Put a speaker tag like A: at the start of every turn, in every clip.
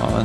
A: Ja,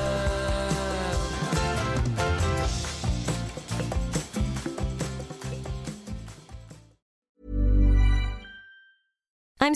B: I'm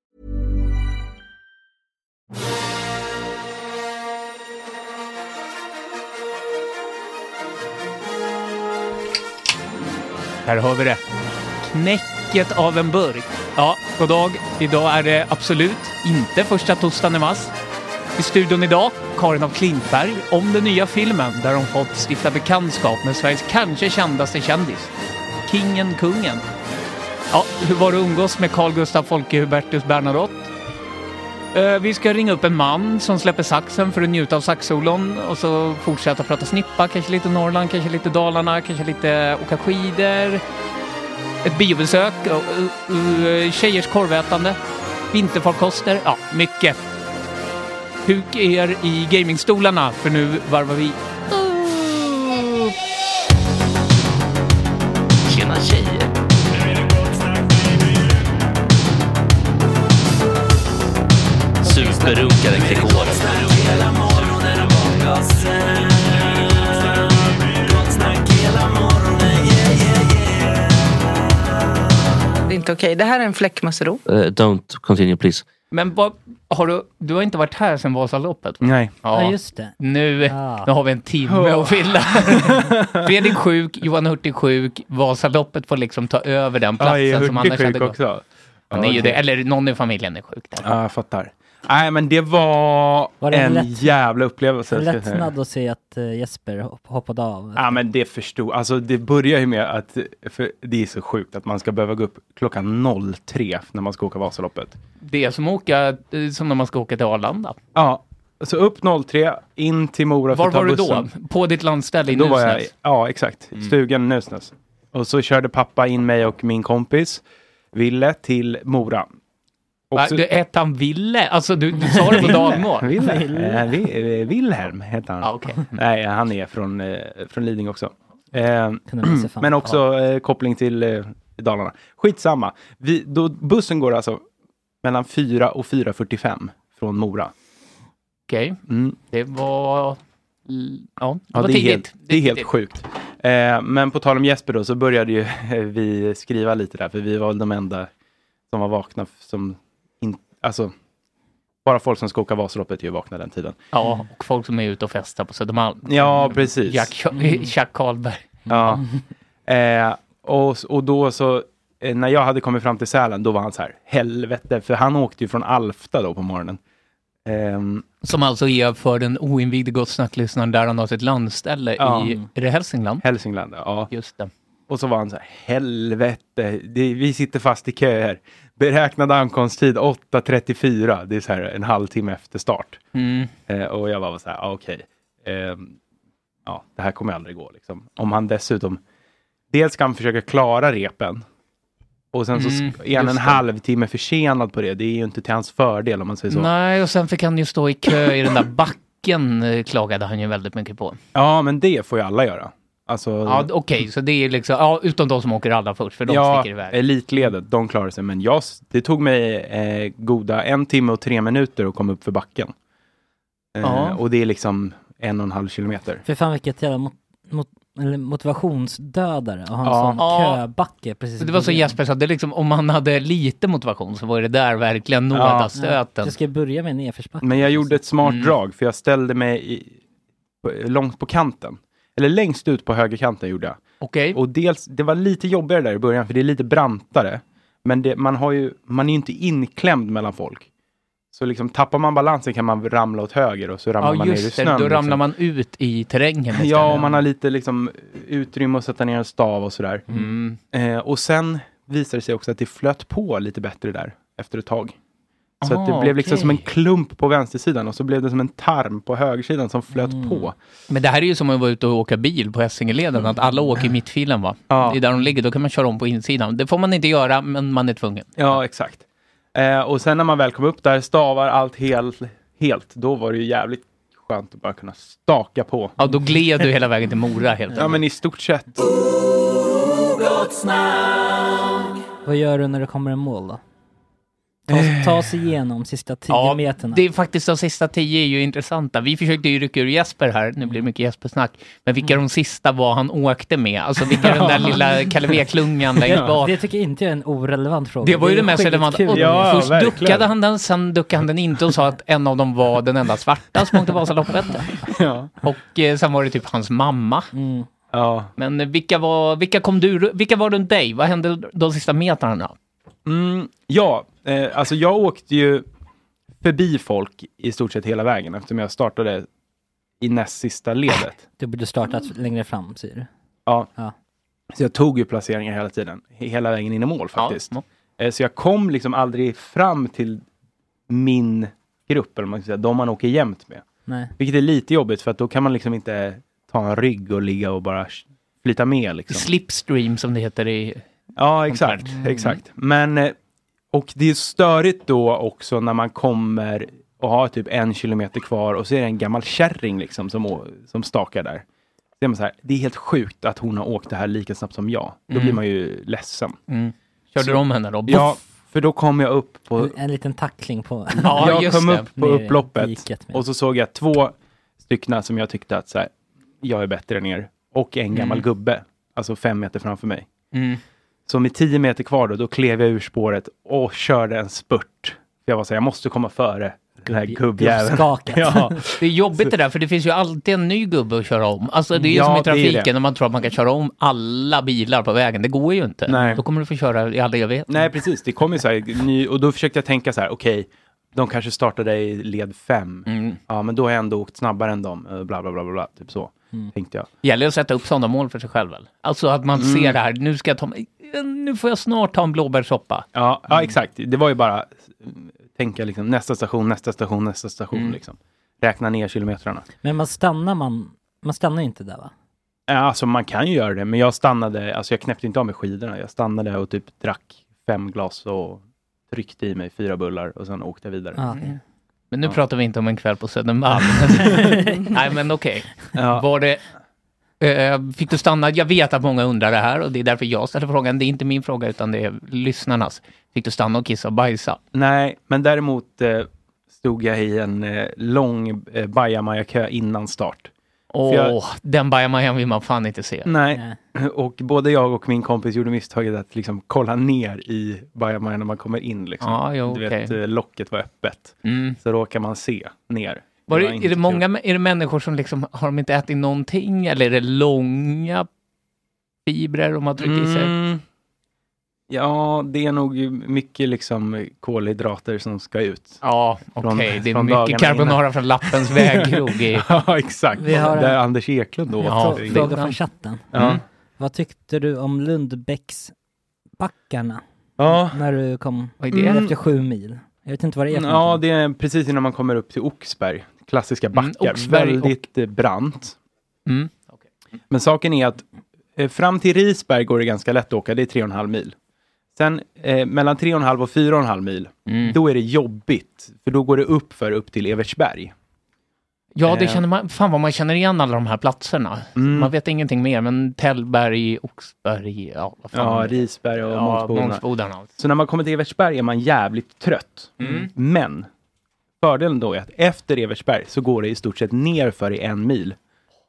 C: Här har vi det. Knäcket av en burk. Ja, god dag. Idag är det absolut
D: Hmm.
C: inte första torsdagen i mars. I studion idag, Karin af Klintberg om den nya filmen där hon fått stifta bekantskap med Sveriges kanske kändaste kändis. Kingen, kungen. Ja, hur var det att umgås med Carl Gustaf Folke Hubertus Bernadotte? Eh, Vi ska ringa upp en man som släpper saxen för att njuta av saxolon och så fortsätta prata snippa, kanske lite Norrland, kanske lite Dalarna, kanske lite åka skidor. Ett biobesök, eh, eh, eh, tjejers korvätande, vinterfarkoster, ja, mycket.
E: Huk er i gamingstolarna för nu varvar vi
F: Tjena tjejer! Superrunkare Gregor.
A: Det är inte okej. Det här är en fläckmössero.
F: Uh, don't continue please.
E: Men vad, har du, du har inte varit här sedan Vasaloppet? Nej.
D: Ja, just det.
E: Nu,
D: Ah.
E: nu har vi en timme att fylla. Fredrik sjuk, Johan Hurtig sjuk, Vasaloppet får liksom ta över den platsen som annars hade gått. Han är ju det, eller någon i familjen är sjuk. Där.
G: Ja, jag fattar. Nej, men det var,
D: Var det en
G: en
D: lätt-
G: jävla upplevelse. ska jag säga.
D: Lättnad att se att eh, Jesper hop- hoppade av.
G: Ja, men det förstod. Alltså, det börjar ju med att för det är så sjukt att man ska behöva gå upp klockan 03 när man ska åka Vasaloppet.
E: Det är som, att åka, eh, som när man ska åka till Arlanda.
G: Ja, så upp 03, in till Mora för
E: Var
G: att ta
E: var du då?
G: bussen.
E: På ditt landställe i
G: Då var jag,
E: Nusnäs? Mm.
G: ja, exakt. Stugan i Nusnäs. Och så körde pappa in mig och min kompis Ville till Mora. Och
E: Va,
G: så-
E: du, hette han Ville? Alltså du, du sa det på dagmål.
G: Ville. Eh, Vi- eh, Wilhelm heter han.
E: Ah, okej.
G: Nej, han är från, eh, från Lidingö också. Eh,
D: man se fan.
G: men också eh, koppling till eh, Dalarna. Skitsamma. Vi, då, bussen går alltså mellan 4 och 4.45 från Mora.
E: Okej,
G: Mm.
E: det var... Ja, det
G: Ja,
E: var
G: det, är
E: tidigt.
G: helt, det är helt
E: tidigt.
G: sjukt. Eh, men på tal om Jesper då, så började ju eh, vi skriva lite där, för vi var väl de enda som var vakna, som in, alltså, bara folk som ska åka Vasaloppet är ju vakna den tiden.
E: Ja, och folk som är ute och festar på Södermalm.
G: Ja, precis.
E: Jack, Jack Karlberg.
G: Ja. Eh, och, s- och då så, eh, när jag hade kommit fram till Sälen, då var han så här, helvete, för han åkte ju från Alfta då på morgonen. Ehm,
E: Som alltså är för den oinvigde Gott Snack-lyssnaren där han har sitt landställe
G: Ja.
E: i, är det Hälsingland?
G: Hälsingland, ja.
E: Just det.
G: Och så var han så här, helvete, det, vi sitter fast i kö här. Beräknad ankomsttid 8.34, det är så här en halvtimme efter start.
E: Mm.
G: Eh, och jag bara var så här, ah, okej, Ehm, ja, det här kommer aldrig gå liksom. Om han dessutom, dels ska han försöka klara repen, och sen så
E: Mm,
G: sk- är han en
E: just det.
G: halvtimme försenad på det. Det är ju inte till hans fördel om man säger så.
E: Nej, och sen fick han ju stå i kö i den där backen, eh, klagade han ju väldigt mycket på.
G: Ja, men det får ju alla göra. Alltså,
E: Ja, d- Okej, så det är liksom, ja, utom de som åker alla först, för de
G: ja,
E: sticker iväg.
G: elitledet, de klarar sig. Men jag, s- det tog mig eh, goda en timme och tre minuter att komma upp för backen. Eh,
D: Ja.
G: Och det är liksom en och en halv kilometer.
D: För fan vilket jävla mot, mot, eller motivationsdödare att ha en
G: Ja.
D: sån
E: Ja.
D: köbacke precis
E: Det var som
D: i början.
E: Jesper sa, det är liksom, om han hade lite motivation så var det där verkligen nådastöten.
D: Du ska börja med nedförsbacke.
G: Men jag gjorde ett smart
E: Mm.
G: drag, för jag ställde mig i, på, långt på kanten. Eller längst ut på högerkanten gjorde jag.
E: Okej,
G: Och dels, det var lite jobbigare där i början, för det är lite brantare. Men det, man, har ju, man är ju inte inklämd mellan folk. Så liksom tappar man balansen kan man ramla åt höger och så ramlar
E: ja
G: man ner i
E: just det,
G: snön.
E: då ramlar
G: liksom.
E: man ut i terrängen istället.
G: Ja, och man har lite liksom utrymme att sätta ner en stav och sådär.
E: Mm.
G: Eh, och sen visade det sig också att det flöt på lite bättre där efter ett tag. Så att det
E: Ah,
G: blev liksom
E: okej.
G: som en klump på vänstersidan och så blev det som en tarm på högersidan som flöt
E: Mm.
G: på.
E: Men det här är ju som att vara ute och åka bil på Essingeleden, att alla åker i mittfilen va?
G: Mm. Ja.
E: Det är där de ligger, då kan man köra om på insidan. Det får man inte göra, men man är tvungen.
G: Ja, exakt. Eh, och sen när man väl kom upp där, stavar allt helt, helt, då var det ju jävligt skönt att bara kunna staka på.
E: Ja, då gled du hela vägen till Mora helt
G: Ja,
E: enkelt.
G: men i stort sett.
D: Vad gör du när det kommer en mål då? Ta, ta sig igenom sista tio meterna.
E: det är faktiskt de sista tio är ju intressanta. Vi försökte ju rycka ur Jesper här, nu blir det mycket Jesper-snack. Men vilka
D: Mm.
E: de sista var han åkte med, alltså vilka den där lilla Kalle klungan längst
D: det,
E: bak.
D: det tycker jag inte är en orelevant fråga.
E: Det var ju
D: är
E: det mest relevanta.
D: skitkul.
E: Och
G: Ja,
E: först
G: verkligen.
E: duckade han den, sen duckade han den inte och sa att en av dem var den enda svarta som åkte Vasaloppet.
G: Ja.
E: Och eh, sen var det typ hans mamma.
D: Mm.
G: ja.
E: Men eh, vilka var, vilka kom du, vilka var runt dig? Vad hände de sista metrarna?
G: Mm, ja, eh, alltså jag åkte ju förbi folk i stort sett hela vägen eftersom jag startade i näst sista ledet.
D: Du borde startat längre fram säger du.
G: Ja.
D: Ja.
G: Så jag tog ju placeringar hela tiden, he- hela vägen in i mål faktiskt.
E: Ja.
G: Eh, Så jag kom liksom aldrig fram till min grupp, eller vad man ska säga, de man åker jämt med.
D: Nej.
G: Vilket är lite jobbigt för att då kan man liksom inte ta en rygg och ligga och bara sh- flyta med liksom.
E: Slipstream som det heter i...
G: Ja, exakt. Exakt. Men, eh, och det är störigt då också när man kommer och har typ en kilometer kvar och så är det en gammal kärring liksom som, å- som stakar där. Så är man så här, det är helt sjukt att hon har åkt det här lika snabbt som jag. Då
E: Mm.
G: blir man ju ledsen.
E: Mm. Körde du om henne då?
G: Ja, för då kom jag upp på...
D: En, en liten tackling på...
G: jag kom upp på
D: Ner i
G: upploppet
D: diket med-
G: och så såg jag två stycken som jag tyckte att så här, jag är bättre än er. Och en gammal
E: Mm.
G: gubbe, alltså fem meter framför mig.
E: Mm.
G: Så med 10 meter kvar då, då klev jag ur spåret och körde en spurt. För jag var så här, jag måste komma före den här gubbjäveln. Ja.
E: Det är jobbigt det där, för det finns ju alltid en ny gubbe att köra om. Alltså det är ju
G: Ja,
E: som i
G: det är det.
E: trafiken, när man tror att man kan köra om alla bilar på vägen. Det går ju inte.
G: Nej.
E: Då kommer du få köra i all evighet.
G: Nej, precis. Det kom ju så här, ny, och då försökte jag tänka så här, okej, de kanske startade i led 5.
E: Mm.
G: Ja, men då har jag ändå åkt snabbare än dem, eh, bla bla bla, bla, bla typ så,
E: Mm.
G: tänkte jag.
E: Gäller att sätta upp sådana mål för sig själv. Väl? Alltså att man
G: Mm.
E: ser det här, nu, ska jag ta, mig- nu får jag snart ta en blåbärssoppa. Mm.
G: Ja, ja exakt. Det var ju bara mm, tänka liksom, nästa station, nästa station, nästa station.
D: Mm.
G: Liksom. Räkna ner kilometrarna.
D: Men man stannar man... Man stannar ju inte där va?
G: Ja, Alltså man kan ju göra det, men jag stannade, alltså jag knäppte inte av mig skidorna. Jag stannade och typ drack fem glas och tryckte i mig fyra bullar och sen åkte jag vidare.
E: Ja, Ah, okej. Men nu
G: Ja.
E: pratar vi inte om en kväll på Södermalm. Nej, men okej. Var det... eh, Fick du stanna? Jag vet att många undrar det här och det är därför jag ställer frågan. Det är inte min fråga utan det är lyssnarnas. Fick du stanna och kissa och bajsa?
G: Nej, men däremot eh, stod jag i en eh, lång eh, bajamajakö innan start.
E: Åh,
G: För jag-
E: den bajamajan vill man fan inte se.
G: Nej, och både jag och min kompis gjorde misstaget att liksom kolla ner i bajamajan när man kommer in. Liksom.
E: Ja, jo,
G: du vet,
E: okej.
G: eh, locket var öppet.
E: Mm.
G: Så råkar man se ner.
E: Var det,
G: var
E: är,
G: inte
E: det många, är det människor som liksom, har de inte ätit någonting eller är det långa fibrer de har tryckt i sig?
G: Mm. Ja, det är nog mycket liksom kolhydrater som ska ut.
E: Ja,
G: okej.
E: okej, det är mycket carbonara från Lappens vägkrog i-
G: ja, exakt.
D: Vi har en-
G: Där Anders Eklund då.
D: Ja,
G: åt det.
D: fråga från chatten.
G: Ja.
E: Mm.
D: Vad tyckte du om Lundbäcksbackarna?
G: Ja.
D: När du kom
E: är det?
D: efter sju mil. Jag vet inte vad det är för
G: Ja, det är precis innan man kommer upp till Oxberg. Klassiska backar.
E: Oxberg Mm, och-
G: Väldigt eh, brant.
E: Mm.
G: Men saken är att eh, fram till Risberg går det ganska lätt att åka. Det är 3,5 mil. Sen eh, mellan 3,5 och 4,5 mil,
E: Mm.
G: då är det jobbigt. För då går det upp för upp till Evertsberg.
E: Ja, det
G: Eh.
E: känner man. Fan vad man känner igen alla de här platserna.
G: Mm.
E: Man vet ingenting mer, men Tällberg, Oxberg, ja vad fan.
G: Ja, Risberg och
E: Ja,
G: Mångsbodarna.
E: Mångsbodarna.
G: Så när man kommer till Evertsberg är man jävligt trött.
E: Mm.
G: Men fördelen då är att efter Evertsberg så går det i stort sett nerför i en mil.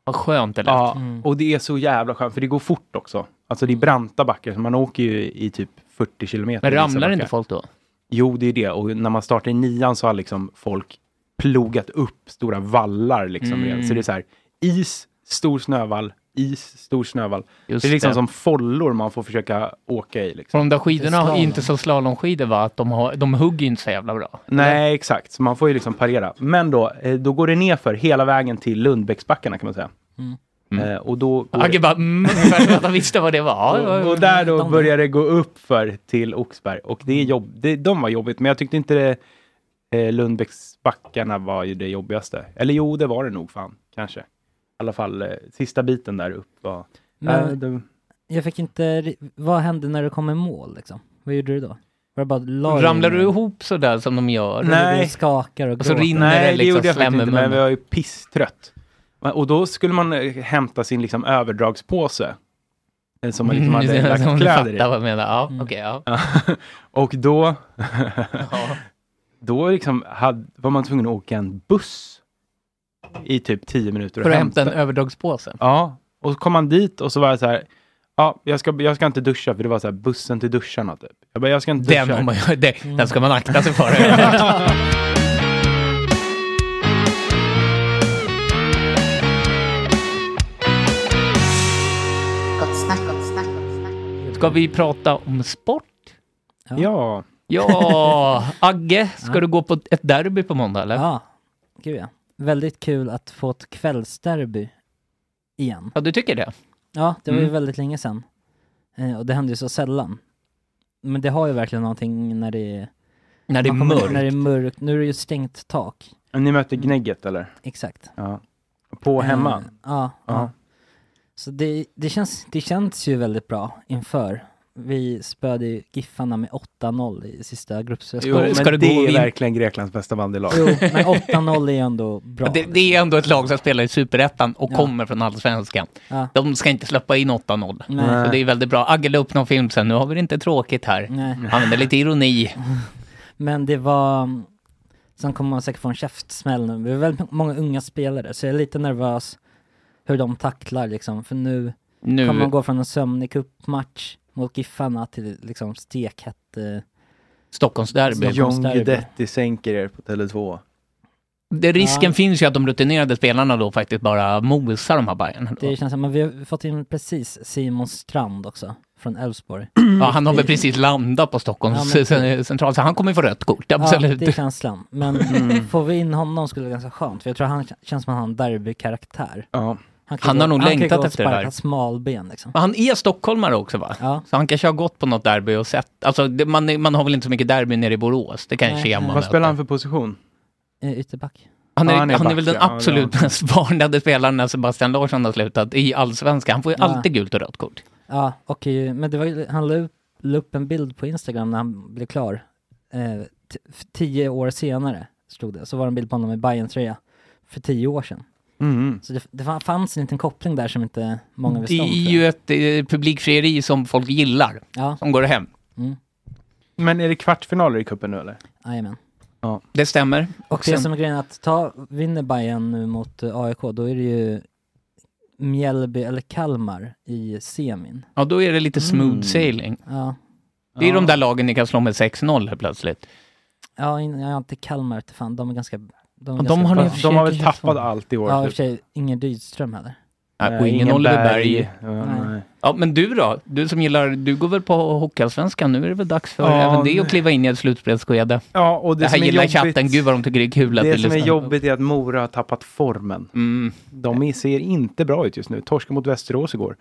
E: Vad skönt det lät.
G: Ja, och det är så jävla skönt för det går fort också. Alltså det är branta backar så man åker ju i typ 40 kilometer.
E: Men
G: i vissa
E: ramlar
G: backar.
E: inte folk då?
G: Jo, det är det. Och när man startar i nian så har liksom folk plogat upp stora vallar liksom
E: Mm.
G: redan. Så det är så här, is, stor snövall, is, stor snövall.
E: Just
G: det är liksom
E: det.
G: som follor man får försöka åka i. Liksom.
E: För de där skidorna har inte så slalomskidor va? Att de, har, de hugger ju inte så jävla bra.
G: Nej, exakt. Så man får ju liksom parera. Men då, eh, då går det ner för hela vägen till Lundbäcksbackarna kan man säga.
E: Mm.
G: Eh, Och då... går
E: Agge
G: det-
E: bara mm, ungefär att han visste vad det var. Ja,
G: och, och där då börjar det gå upp för till Oxberg. Och det
E: Mm.
G: är jobb, det, de var jobbigt, men jag tyckte inte det... Eh, Lundbäcksbackarna var ju det jobbigaste. Eller jo, det var det nog fan, kanske. I alla fall eh, sista biten där upp var...
D: Men-
G: Eh, det,
D: Jag fick inte... ri- Vad hände när du kom i mål liksom? Vad gjorde du då? Var det bara la dig
E: Ramlar
D: ner?
E: du ihop sådär som de gör?
D: Nej. Eller du skakar och
E: Och så
D: gråter.
E: rinner
G: Nej,
E: det liksom
G: gjorde jag
E: slem
G: faktiskt
E: i
G: inte, men
E: munnen.
G: jag var ju pisstrött. Men- Och då skulle man eh, hämta sin liksom överdragspåse. eh, Som man liksom hade
E: Mm,
G: lagt
E: om du
G: kläder i.
E: fattar vad jag menar. Ja, okej. ja.
G: Och då... då liksom hade, var man tvungen att åka en buss i typ 10 minuter.
E: För att hämta en överdragspåse.
G: Ja, och så kom man dit och så var jag så här... Ja, jag ska, jag ska inte duscha, för det var så här bussen till duscharna typ. Jag bara, jag ska inte
E: Den,
G: duscha.
E: har man, den, den ska man akta sig för. har jag hört.
H: Gott snack, gott snack.
E: Ska vi prata om sport?
G: Ja.
E: Ja, Agge, ska
D: Ja.
E: du gå på ett derby på måndag eller?
D: Ja, gud ja. Väldigt kul att få ett kvällsderby igen.
E: Ja, du tycker det?
D: Ja, det var ju
E: Mm.
D: väldigt länge sedan. Eh, och det händer ju så sällan. Men det har ju verkligen någonting när det är...
E: När det är
D: man kommer-
E: mörkt.
D: När det är mörkt. Nu är det ju stängt tak.
G: Ni mötte Gnägget eller?
D: Exakt.
G: Ja. På hemma?
D: Eh, ja. ja. Så det, det, känns, det känns ju väldigt bra inför. Vi spöade ju Giffarna med 8-0 i sista gruppspelet.
G: Jo, men det är verkligen Greklands bästa bandylag.
D: Jo, men 8-0 är ju ändå bra.
E: Ja, Det, det är ändå ett lag som spelar i Superettan och
D: Ja.
E: kommer från Allsvenskan.
D: Ja.
E: De ska inte släppa in 8-0.
D: Nej. Mm.
E: Så det är väldigt bra. Agge la upp någon film sen, nu har vi det inte tråkigt här.
D: Nej.
G: Mm.
E: Använder lite ironi.
D: Men det var... Sen kommer man säkert få en käftsmäll nu. Vi är väldigt många unga spelare, så jag är lite nervös hur de tacklar liksom. För nu,
E: Nu-
D: kan man gå från en sömnig cupmatch mot Giffarna till liksom stekhett... eh,
E: Stockholmsderby.
D: Alltså,
G: John Guidetti sänker er på Tele2.
E: Det, risken
D: Ja.
E: finns ju att de rutinerade spelarna då faktiskt bara mosar de här Bajen.
D: Det känns som, men vi har fått in precis Simon Strand också, från Elfsborg.
E: Ja, han har väl precis landat på Stockholms
D: Ja, men-
E: cen- central, så han kommer ju få rött kort, absolut.
D: Ja, det är känslan. Men
E: Mm.
D: får vi in honom skulle det vara ganska skönt, för jag tror han k- känns som att han har en derbykaraktär. kan
E: Han har nog
D: han kan
E: längtat
D: gå och
E: efter det där.
D: sparka smalben liksom.
E: Men han är stockholmare också va? Så han kanske har gått på något derby och sett, alltså det, man, är- man har väl inte så mycket derby nere i Borås, det kanske är om man
G: Vad
E: möter.
G: spelar han för position?
D: Eh, Ytterback.
E: Han är,
G: Ja,
E: han är,
G: back,
E: väl den
G: ja. Ja,
E: absolut
G: det har-
E: mest varnade spelaren när Sebastian Larsson har slutat i allsvenskan. Han får ju
D: Ja.
E: alltid gult och rött kort.
D: Ja, och eh, men det var ju, han la upp, la upp en bild på Instagram när han blev klar. Eh, t- f- tio år senare, stod det. Så var det en bild på honom i bayern tröja för tio år sedan.
G: Mm.
D: Så det, det fa- fanns en liten koppling där som inte många
E: Det
D: visste om.
E: är ju ett eh, publikfrieri som folk gillar, som går hem.
G: Men är det kvartsfinaler i cupen nu eller?
D: Jajamän.
G: Ja.
E: Det stämmer.
D: Och det som är grejen är att ta, vinner Bayern nu mot eh, AIK, då är det ju Mjällby eller Kalmar i semin.
E: Ja, då är det lite smooth sailing.
D: Ja,
E: Det är
D: Mm. Ja.
E: de där lagen ni kan slå med 6-0 helt plötsligt.
D: ja, in- ja inte Kalmar utan fan, de är ganska... De, är
E: Ja, de
D: ganska
E: har
D: bra.
E: ni i och för sig De har väl kanske tappat fått- allt i år,
D: Ja, i och
E: typ.
D: för sig. Ingen Rydström heller.
E: Nej, och ingen Oliver Berg.
D: Nej.
E: Ja, men du då? Du som gillar, du går väl på Hockeyallsvenskan? Nu är det väl dags för
G: Ja,
E: även det
G: men-
E: att kliva in i ett slutspelsskede?
G: Ja, och det
E: det här
G: som är
E: gillar
G: jobbigt-
E: chatten. Gud vad de tycker det är kul att
G: Det
E: vi
G: som är
E: lyssnar. Mm.
G: jobbigt är att Mora har tappat formen. De är- ser inte bra ut just nu. Torska mot Västerås igår.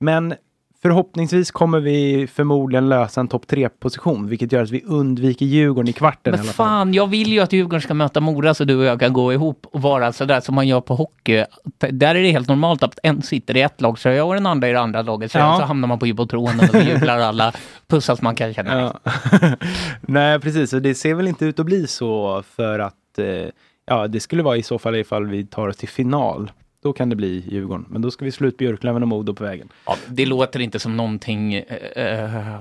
G: Men förhoppningsvis kommer vi förmodligen lösa en topp 3-position, vilket gör att vi undviker Djurgården i kvarten i
E: Men
G: alla fall.
E: fan, jag vill ju att Djurgården ska möta Mora så du och jag kan gå ihop och vara sådär som man gör på hockey. Där är det helt normalt att en sitter i ett lag så jag och den andra i det andra laget. Så,
G: Ja.
E: så hamnar man på jubeltronen och då jublar alla. Pussas man kan känna.
G: Nej, precis. Och det ser väl inte ut att bli så för att eh, ja, det skulle vara i så fall ifall vi tar oss till final. Då kan det bli Djurgården. Men då ska vi slå ut Björklöven och Modo på vägen.
E: Ja, det låter inte som någonting eh, eh,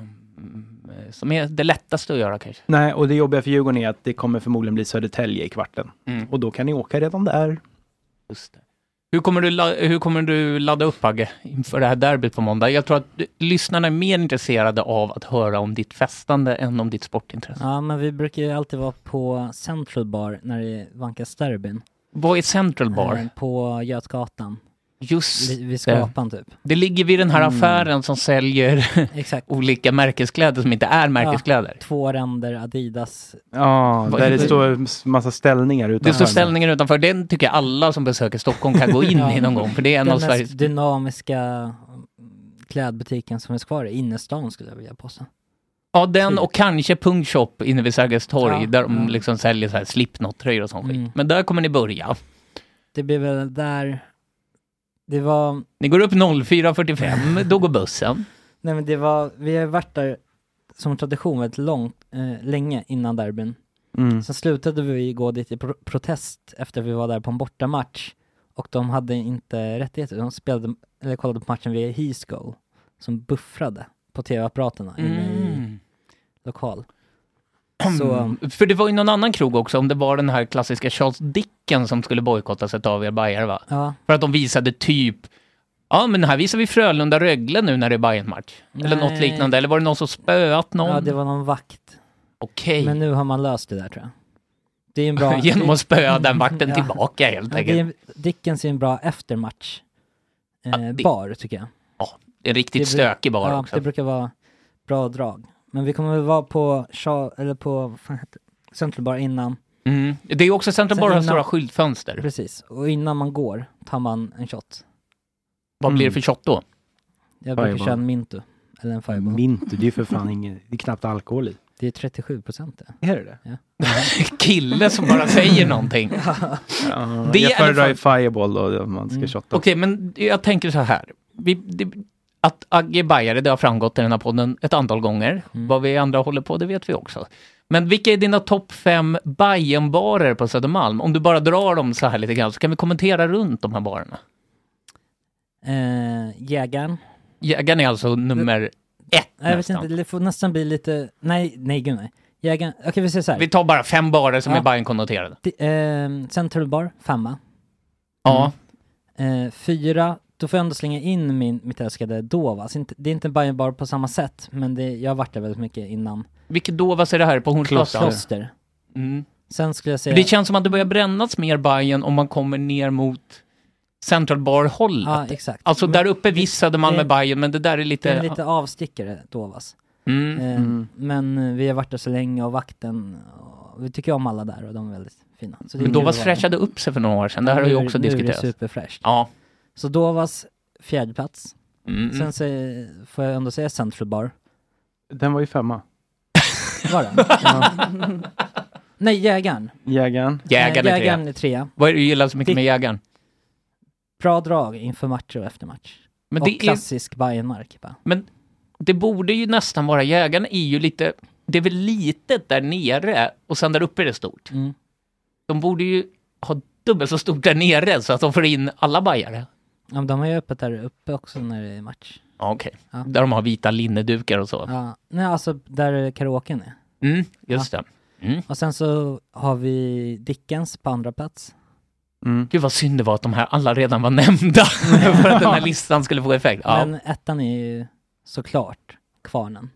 E: som är det lättaste att göra kanske.
G: Nej, och det jobbiga för Djurgården är att det kommer förmodligen bli Södertälje i kvarten.
E: Mm.
G: Och då kan ni åka redan där.
E: Hur kommer, du, la- hur kommer du ladda upp Agge inför det här derbyt på måndag? Jag tror att du- lyssnarna är mer intresserade av att höra om ditt festande än om ditt sportintresse.
D: Ja, men vi brukar ju alltid vara på Central Bar när det vankas derbyn.
E: Vad är Central Bar? eh.
D: Eh, På Götgatan.
E: Just
D: Vid,
E: det.
D: vid Skapan typ.
E: Det ligger vid den här
D: Mm.
E: affären som säljer olika märkeskläder som inte är märkeskläder.
D: Ja, två ränder Adidas.
G: Ja,
E: Vad
G: där det
D: Mm.
E: heter-
G: står massa ställningar utanför.
E: Det står ställningar utanför. Den tycker jag alla som besöker Stockholm kan gå in
D: Ja.
E: i någon gång. För det är en
D: Den
E: av
D: mest
E: Sveriges...
D: dynamiska mm, klädbutiken som finns kvar i innerstan skulle jag vilja påstå.
E: Ja, den och kanske Punk Shop inne vid Sergels torg
D: Ja,
E: där de
D: ja.
E: liksom säljer så här Slipknot-tröjor och sånt skit.
D: Mm.
E: Men där kommer ni börja.
D: Det blir väl där... Det var...
E: Ni går upp 04.45, då går bussen.
D: Nej men det var... Vi har varit där som tradition väldigt långt, eh, länge innan derbyn.
G: Mm.
D: Sen slutade vi gå dit i pro- protest efter vi var där på en bortamatch. Och de hade inte rättigheter. De spelade, eller kollade på matchen via Heasgoal. Som buffrade på tv-apparaterna inne i
E: Mm.
D: lokal. Så,
E: För det var ju någon annan krog också, om det var den här klassiska Charles Dickens som skulle bojkottas av er bajare va?
D: ja.
E: För att de visade typ, ja men här visar vi Frölunda-Rögle nu när det är bayern match Eller något
D: Nej.
E: liknande, eller var det någon som spöat någon?
D: ja, det var någon vakt.
E: Okej.
D: Men nu har man löst det där tror jag. Det är en bra... Mm.
E: Genom att spöa den vakten
D: Ja.
E: tillbaka helt
D: Ja,
E: enkelt.
D: det är, Dickens är en bra eftermatch eh, bar, tycker jag.
E: Ja, det är en riktigt
D: bru-
E: stökig bar
D: ja,
E: också.
D: det brukar vara bra drag. Men vi kommer väl vara på, Cha- eller på vad fan heter det? Central Bar innan.
E: Mm. Det är också Central
D: Sen
E: Bar har
D: innan- Mm.
E: stora skyltfönster.
D: Precis, och innan man går tar man en shot.
E: Vad blir det för shot då?
D: Jag
G: Fireball.
D: brukar köra en Mintu, eller en Fireball.
G: Mint, det är ju för fan inget, det är knappt alkohol i.
D: Det är 37 procent det.
G: Är det det?
D: Ja.
E: Kille som bara säger någonting.
G: Ja,
E: Det är i
G: jag
E: alla
G: föredrar
E: fall- Mm.
G: ju Fireball då, om man ska shotta.
E: Okej, men jag tänker så här. Vi, det, att Agge Bajare, det har framgått i den här podden ett antal gånger.
D: Mm.
E: Vad vi andra håller på, det vet vi också. Men vilka är dina topp fem Bajenbarer på Södermalm? Om du bara drar dem så här lite grann, så kan vi kommentera runt de här barerna.
D: Eh, jägaren.
E: Jägaren är alltså nummer ett
D: Jag vet
E: nästan.
D: inte, det får nästan bli lite, nej, nej gud nej. Jägaren, okej vi säger så här.
E: Vi tar bara fem barer som
D: Ja.
E: är Bajen-konnoterade.
D: Det- Eh, sen Tullbar, femma.
E: Ja.
D: Eh, fyra, då får jag ändå slänga in min, mitt älskade Dova. Så inte, det är inte en Bajenbar på samma sätt, men det, jag har varit där väldigt mycket innan.
E: Vilket Dovas är det här? På Hornsgatan?
D: Kloster.
E: Mm.
D: Sen skulle jag säga...
E: För det känns som att det börjar brännas mer Bajen om man kommer ner mot Central Bar-hållet.
D: Ja, exakt.
E: Alltså där uppe vissade man
D: det-
E: med Bajen, men det där är lite...
D: Det är en lite avstickare, Dovas.
E: Mm.
D: Eh,
E: Mm.
D: Men eh, vi har varit där så länge och vakten, och vi tycker om alla där och de är väldigt fina. Så det är
E: Men
D: kul att
E: Dovas
D: vara där.
E: fräschade upp sig för några år sedan, det här har
D: Nu
E: ju
D: är-
E: också
D: nu är det
E: diskuterats.
D: superfräscht.
E: Ja.
D: Så Dovas fjärde plats.
E: Mm.
D: Sen så, får jag ändå säga Central Bar.
G: Den var ju femma.
D: Var den? ja. Nej, Jägaren.
G: Jägaren.
E: Jägaren,
D: Nej,
E: är,
D: jägaren
E: trea.
D: är trea.
E: Vad är det du gillar så mycket med Jägaren?
D: Bra drag inför matcher och efter match.
E: Men
D: och
E: det är-
D: klassisk Bajenmark. bara.
E: Men det borde ju nästan vara, Jägaren är ju lite, det är väl litet där nere och sen där uppe är det stort.
D: Mm.
E: De borde ju ha dubbelt så stort där nere så att de får in alla bajare.
D: Ja, men de har ju öppet där uppe också när det är match.
E: Ja, okej. Där de har vita linnedukar och så.
D: Ja, nej, alltså där karaoken är.
E: Mm, just det. Mm.
D: Och sen så har vi Dickens på andra plats.
E: Gud vad synd det var att de här alla redan var nämnda för att den här listan skulle få effekt. Ja.
D: Men ettan är ju såklart Kvarnen.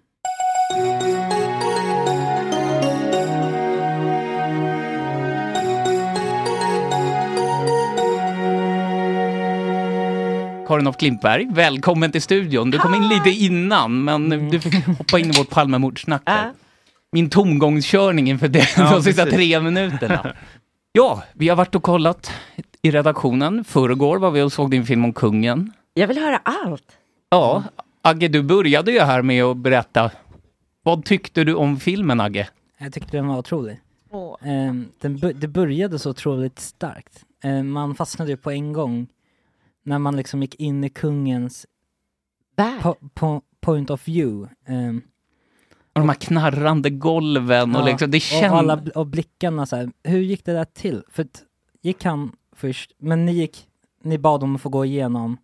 E: Karin af Klintberg, välkommen till studion. Du kom in lite innan, men
I: Mm.
E: du fick hoppa in i vårt Palmemordsnack. där. Min tomgångskörning inför det,
G: Ja,
E: de sista
G: precis.
E: tre minuterna. Ja, vi har varit och kollat i redaktionen. Förrgår var vi och såg din film om kungen.
I: Jag vill höra allt.
E: Ja, Agge, du började ju här med att berätta. Vad tyckte du om filmen, Agge?
D: Jag tyckte den var otrolig. Ehm, den bu- det började så otroligt starkt. Ehm, man fastnade ju på en gång när man liksom gick in i kungens po- po- point of view. Ehm,
E: Och de här knarrande golven och
D: ja,
E: liksom, det kändes...
D: och, alla, bl- och blickarna så här, hur gick det där till? För att, gick han först, men ni gick, ni bad om att få gå igenom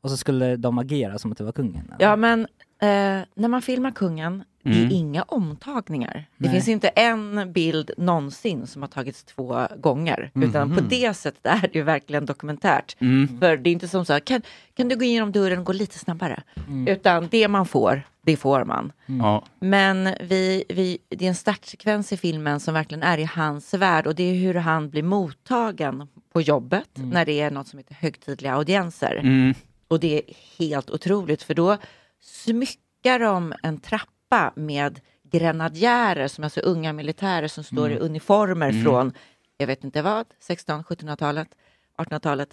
D: och så skulle de agera som att det var kungen.
I: Ja, men eh, när man filmar kungen, det
D: Mm.
I: är inga omtagningar. Det
D: Nej.
I: finns inte en bild någonsin som har tagits två gånger. Utan på
J: Mhm.
I: det sättet är det ju verkligen dokumentärt.
J: Mm.
I: För det är inte som så här, kan, kan du gå igenom dörren och gå lite snabbare?
J: Mm.
I: Utan det man får, det får man.
E: Ja.
I: Men vi, vi, det är en startsekvens i filmen som verkligen är i hans värld och det är hur han blir mottagen på jobbet när det är något som heter högtidliga audienser.
E: Mm.
I: Och det är helt otroligt för då smyckar de en trappa med grenadjärer som är alltså unga militärer som står i
J: Mm.
I: uniformer
J: Mm.
I: från, jag vet inte vad, 16 1700-talet, 1800-talet.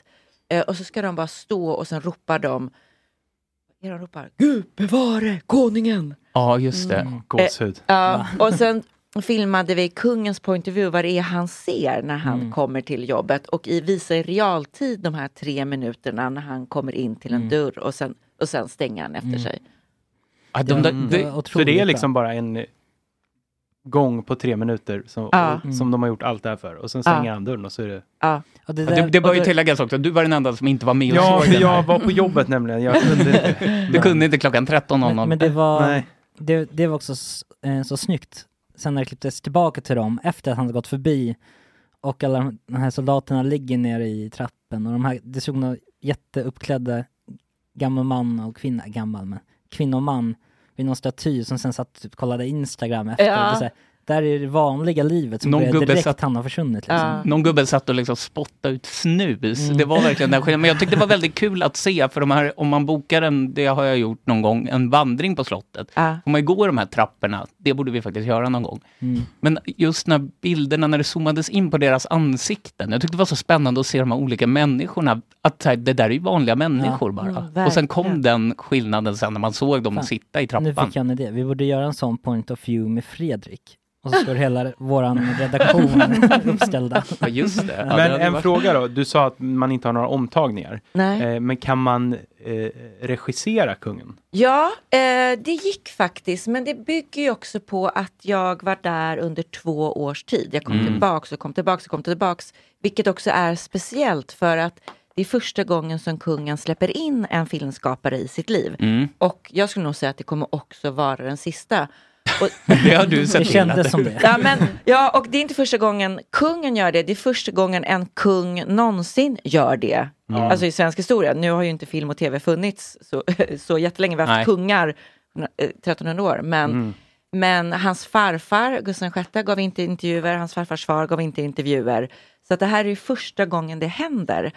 I: Eh, och så ska de bara stå och sen ropar de, vad är det de ropar? Gud bevare konungen!
E: Ja, just det.
I: Mm. Eh, Ja, och sen filmade vi kungens point of view, vad det är han ser när han
E: Mm.
I: kommer till jobbet och i, visa i realtid de här tre minuterna när han kommer in till en
E: Mm.
I: dörr och sen, och sen stänger han efter
E: Mm.
I: sig.
E: Ja, de där,
G: Mm.
E: det-
G: så det är liksom bara en eh, gång på tre minuter som,
I: Ja.
E: Mm.
G: och, som de har gjort allt det här för. Och sen
I: Ja.
G: stänger han dörren och så är det...
I: Ja.
D: Och
E: Ja, det, det bör ju tilläggas också, du var den enda som inte var med och
G: Ja,
E: såg
G: för
E: den här.
G: jag var på jobbet nämligen. Jag kunde inte.
E: Du kunde inte klockan 13.00.
D: Men, men det var,
G: Nej.
D: det, det var också s- eh, så snyggt. Sen när det klipptes tillbaka till dem, efter att han hade gått förbi och alla de- de här soldaterna ligger nere i trappen och de här, det såg några jätteuppklädda gammal man och kvinna, gammal men, kvinna och man vid någon staty som sen satt och typ, kollade Instagram efter.
E: Ja.
D: Och det, så här, där är det vanliga livet som
E: Någon
D: börjar
E: gubbe
D: direkt
E: satt-
D: han har försvunnit. Liksom.
E: Någon gubbe satt och liksom spottade ut snus.
D: Mm.
E: Det var verkligen den skillnaden. Men jag tyckte det var väldigt kul att se, för de här, om man bokar en, det har jag gjort någon gång, en vandring på slottet.
I: Ja.
E: Får man gå de här trapporna, det borde vi faktiskt göra någon gång.
D: Mm.
E: Men just när bilderna, när det zoomades in på deras ansikten, jag tyckte det var så spännande att se de här olika människorna Att så här, det där är ju vanliga människor bara.
D: Mm,
E: och sen kom
D: verkligen.
E: den skillnaden sen när man såg dem
D: Fan,
E: sitta i
D: Nu
E: trappan.
D: fick jag en idé. Vi borde göra en sån point of view med Fredrik. Och så står hela våran redaktion uppställda.
E: Ja, just det. Ja, det
G: men
E: hade
G: en
E: varit-
G: fråga då. Du sa att man inte har några omtagningar.
I: Nej.
G: Eh, men kan man eh, regissera kungen?
I: Ja, eh, det gick faktiskt. Men det bygger ju också på att jag var där under två års tid. Jag kom
J: Mm.
I: tillbaks och kom tillbaks och kom tillbaks. Vilket också är speciellt för att det är första gången som kungen släpper in en filmskapare i sitt liv.
E: Mm.
I: Och jag skulle nog säga att det kommer också vara den sista. Och,
E: Det har du sett Det till kändes att- som det.
I: Ja, men, ja, och det är inte första gången kungen gör det. Det är första gången en kung någonsin gör det.
F: Ja.
I: Alltså i svensk historia. Nu har ju inte film och tv funnits så, så jättelänge. Vi har haft
F: Nej.
I: kungar eh, 1300 år. Men,
F: Mm.
I: men hans farfar, Gustav VI, gav inte intervjuer. Hans farfars far gav inte intervjuer. Så att det här är ju första gången det händer.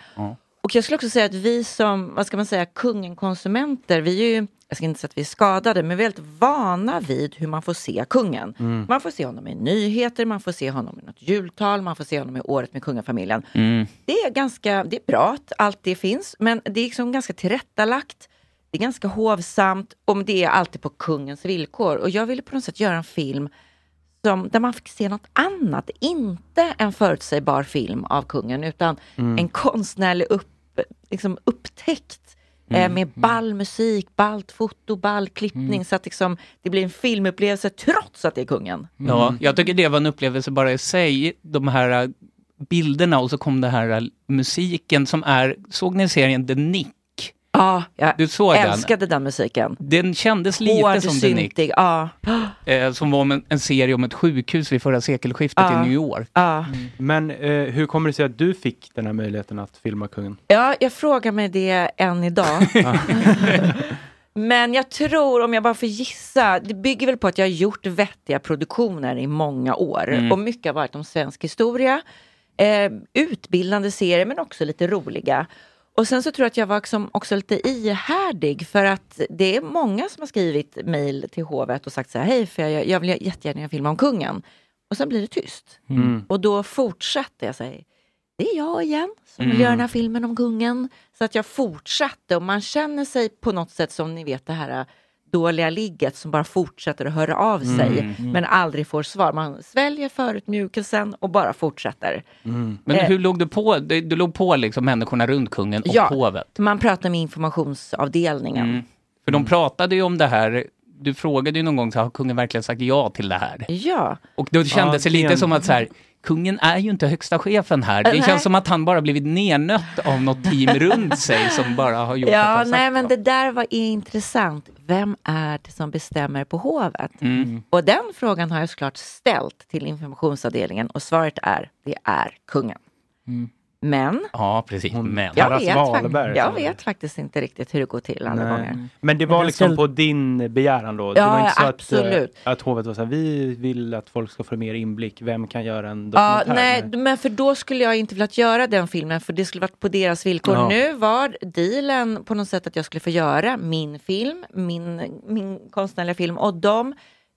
I: Och jag skulle också säga att vi som, vad ska man säga, kungen-konsumenter, vi är ju, jag ska inte säga att vi är skadade, men vi är väldigt vana vid hur man får se kungen.
F: Mm.
I: Man får se honom i nyheter, man får se honom i något jultal, man får se honom i året med kungafamiljen. Det är ganska, det är bra att allt det finns, men det är liksom ganska tillrättalagt. Det är ganska hovsamt, och det är alltid på kungens villkor. Och jag ville på något sätt göra en film som, där man fick se något annat. Inte en förutsägbar film av kungen, utan
F: Mm.
I: en konstnärlig upp, liksom upptäckt. Eh,
F: Mm.
I: med ball musik, ballt foto, ball klippning. Så att liksom, det blir en filmupplevelse trots att det är kungen.
E: Ja, jag tycker det var en upplevelse bara i sig. De här äh, bilderna och så kom den här äh, musiken som är, såg ni serien The Nick?
I: Ja, jag
E: du såg
I: älskade den musiken.
E: Den kändes lite
I: Hård,
E: som The Nick.
I: syntig. Ja.
E: Eh, som var om en, en serie om ett sjukhus vid förra sekelskiftet
I: Ja.
E: i New York.
I: Ja.
G: Men eh, hur kommer det sig att du fick den här möjligheten att filma kungen?
I: ja, jag frågar mig det än idag. Men jag tror, om jag bara får gissa, det bygger väl på att jag har gjort vettiga produktioner i många år.
F: Mm.
I: Och mycket har varit om svensk historia. Eh, utbildande serier, men också lite roliga. Och sen så tror jag att jag var liksom också lite ihärdig för att det är många som har skrivit mejl till hovet och sagt så här, hej, för jag, jag vill jättegärna filma om kungen. Och sen blir det tyst.
F: Mm.
I: Och då fortsatte jag säga, det är jag igen som vill
F: Mm.
I: göra den här filmen om kungen. Så att jag fortsatte och man känner sig på något sätt som ni vet det här dåliga ligget som bara fortsätter att höra av sig
E: Mm. Mm.
I: men aldrig får svar. Man sväljer förutmjukelsen och bara fortsätter.
E: Mm. Men
I: Eh.
E: hur låg du på? Du, du låg på liksom människorna runt kungen och hovet?
I: Man pratar med informationsavdelningen.
E: Mm. För de pratade ju om det här. Du frågade ju någon gång, så här, har kungen verkligen sagt ja till det här?
I: Ja.
E: Och då kändes det lite
I: det-
E: som att så här, kungen är ju inte högsta chefen här. Det
I: Nej.
E: känns som att han bara blivit nernött av något team runt sig som bara har gjort att
I: Ja,
E: han sagt
I: nej men det där var intressant. Vem är det som bestämmer på hovet?
E: Mm.
I: Och den frågan har jag såklart ställt till informationsavdelningen och svaret är, det är kungen.
E: Mm.
I: Men
E: Ja, precis. Men.
I: jag vet,
G: Wahlberg,
I: fak- jag
G: så.
I: vet faktiskt inte riktigt hur det går till alla
G: Nej.
I: gånger.
G: Men det
I: Men
G: var
I: det
G: liksom
I: ställ-
G: på din begäran då? det
I: Ja,
G: var inte så
I: ja,
G: Att,
I: absolut.
G: eh, att hovet var så här, vi vill att folk ska få mer inblick, vem kan göra en
I: Ja,
G: dokumentär?
I: nej, men för då skulle jag inte velat göra den filmen för det skulle varit på deras villkor.
G: Ja.
I: Nu var dealen på något sätt att jag skulle få göra min film, min, min konstnärliga film och de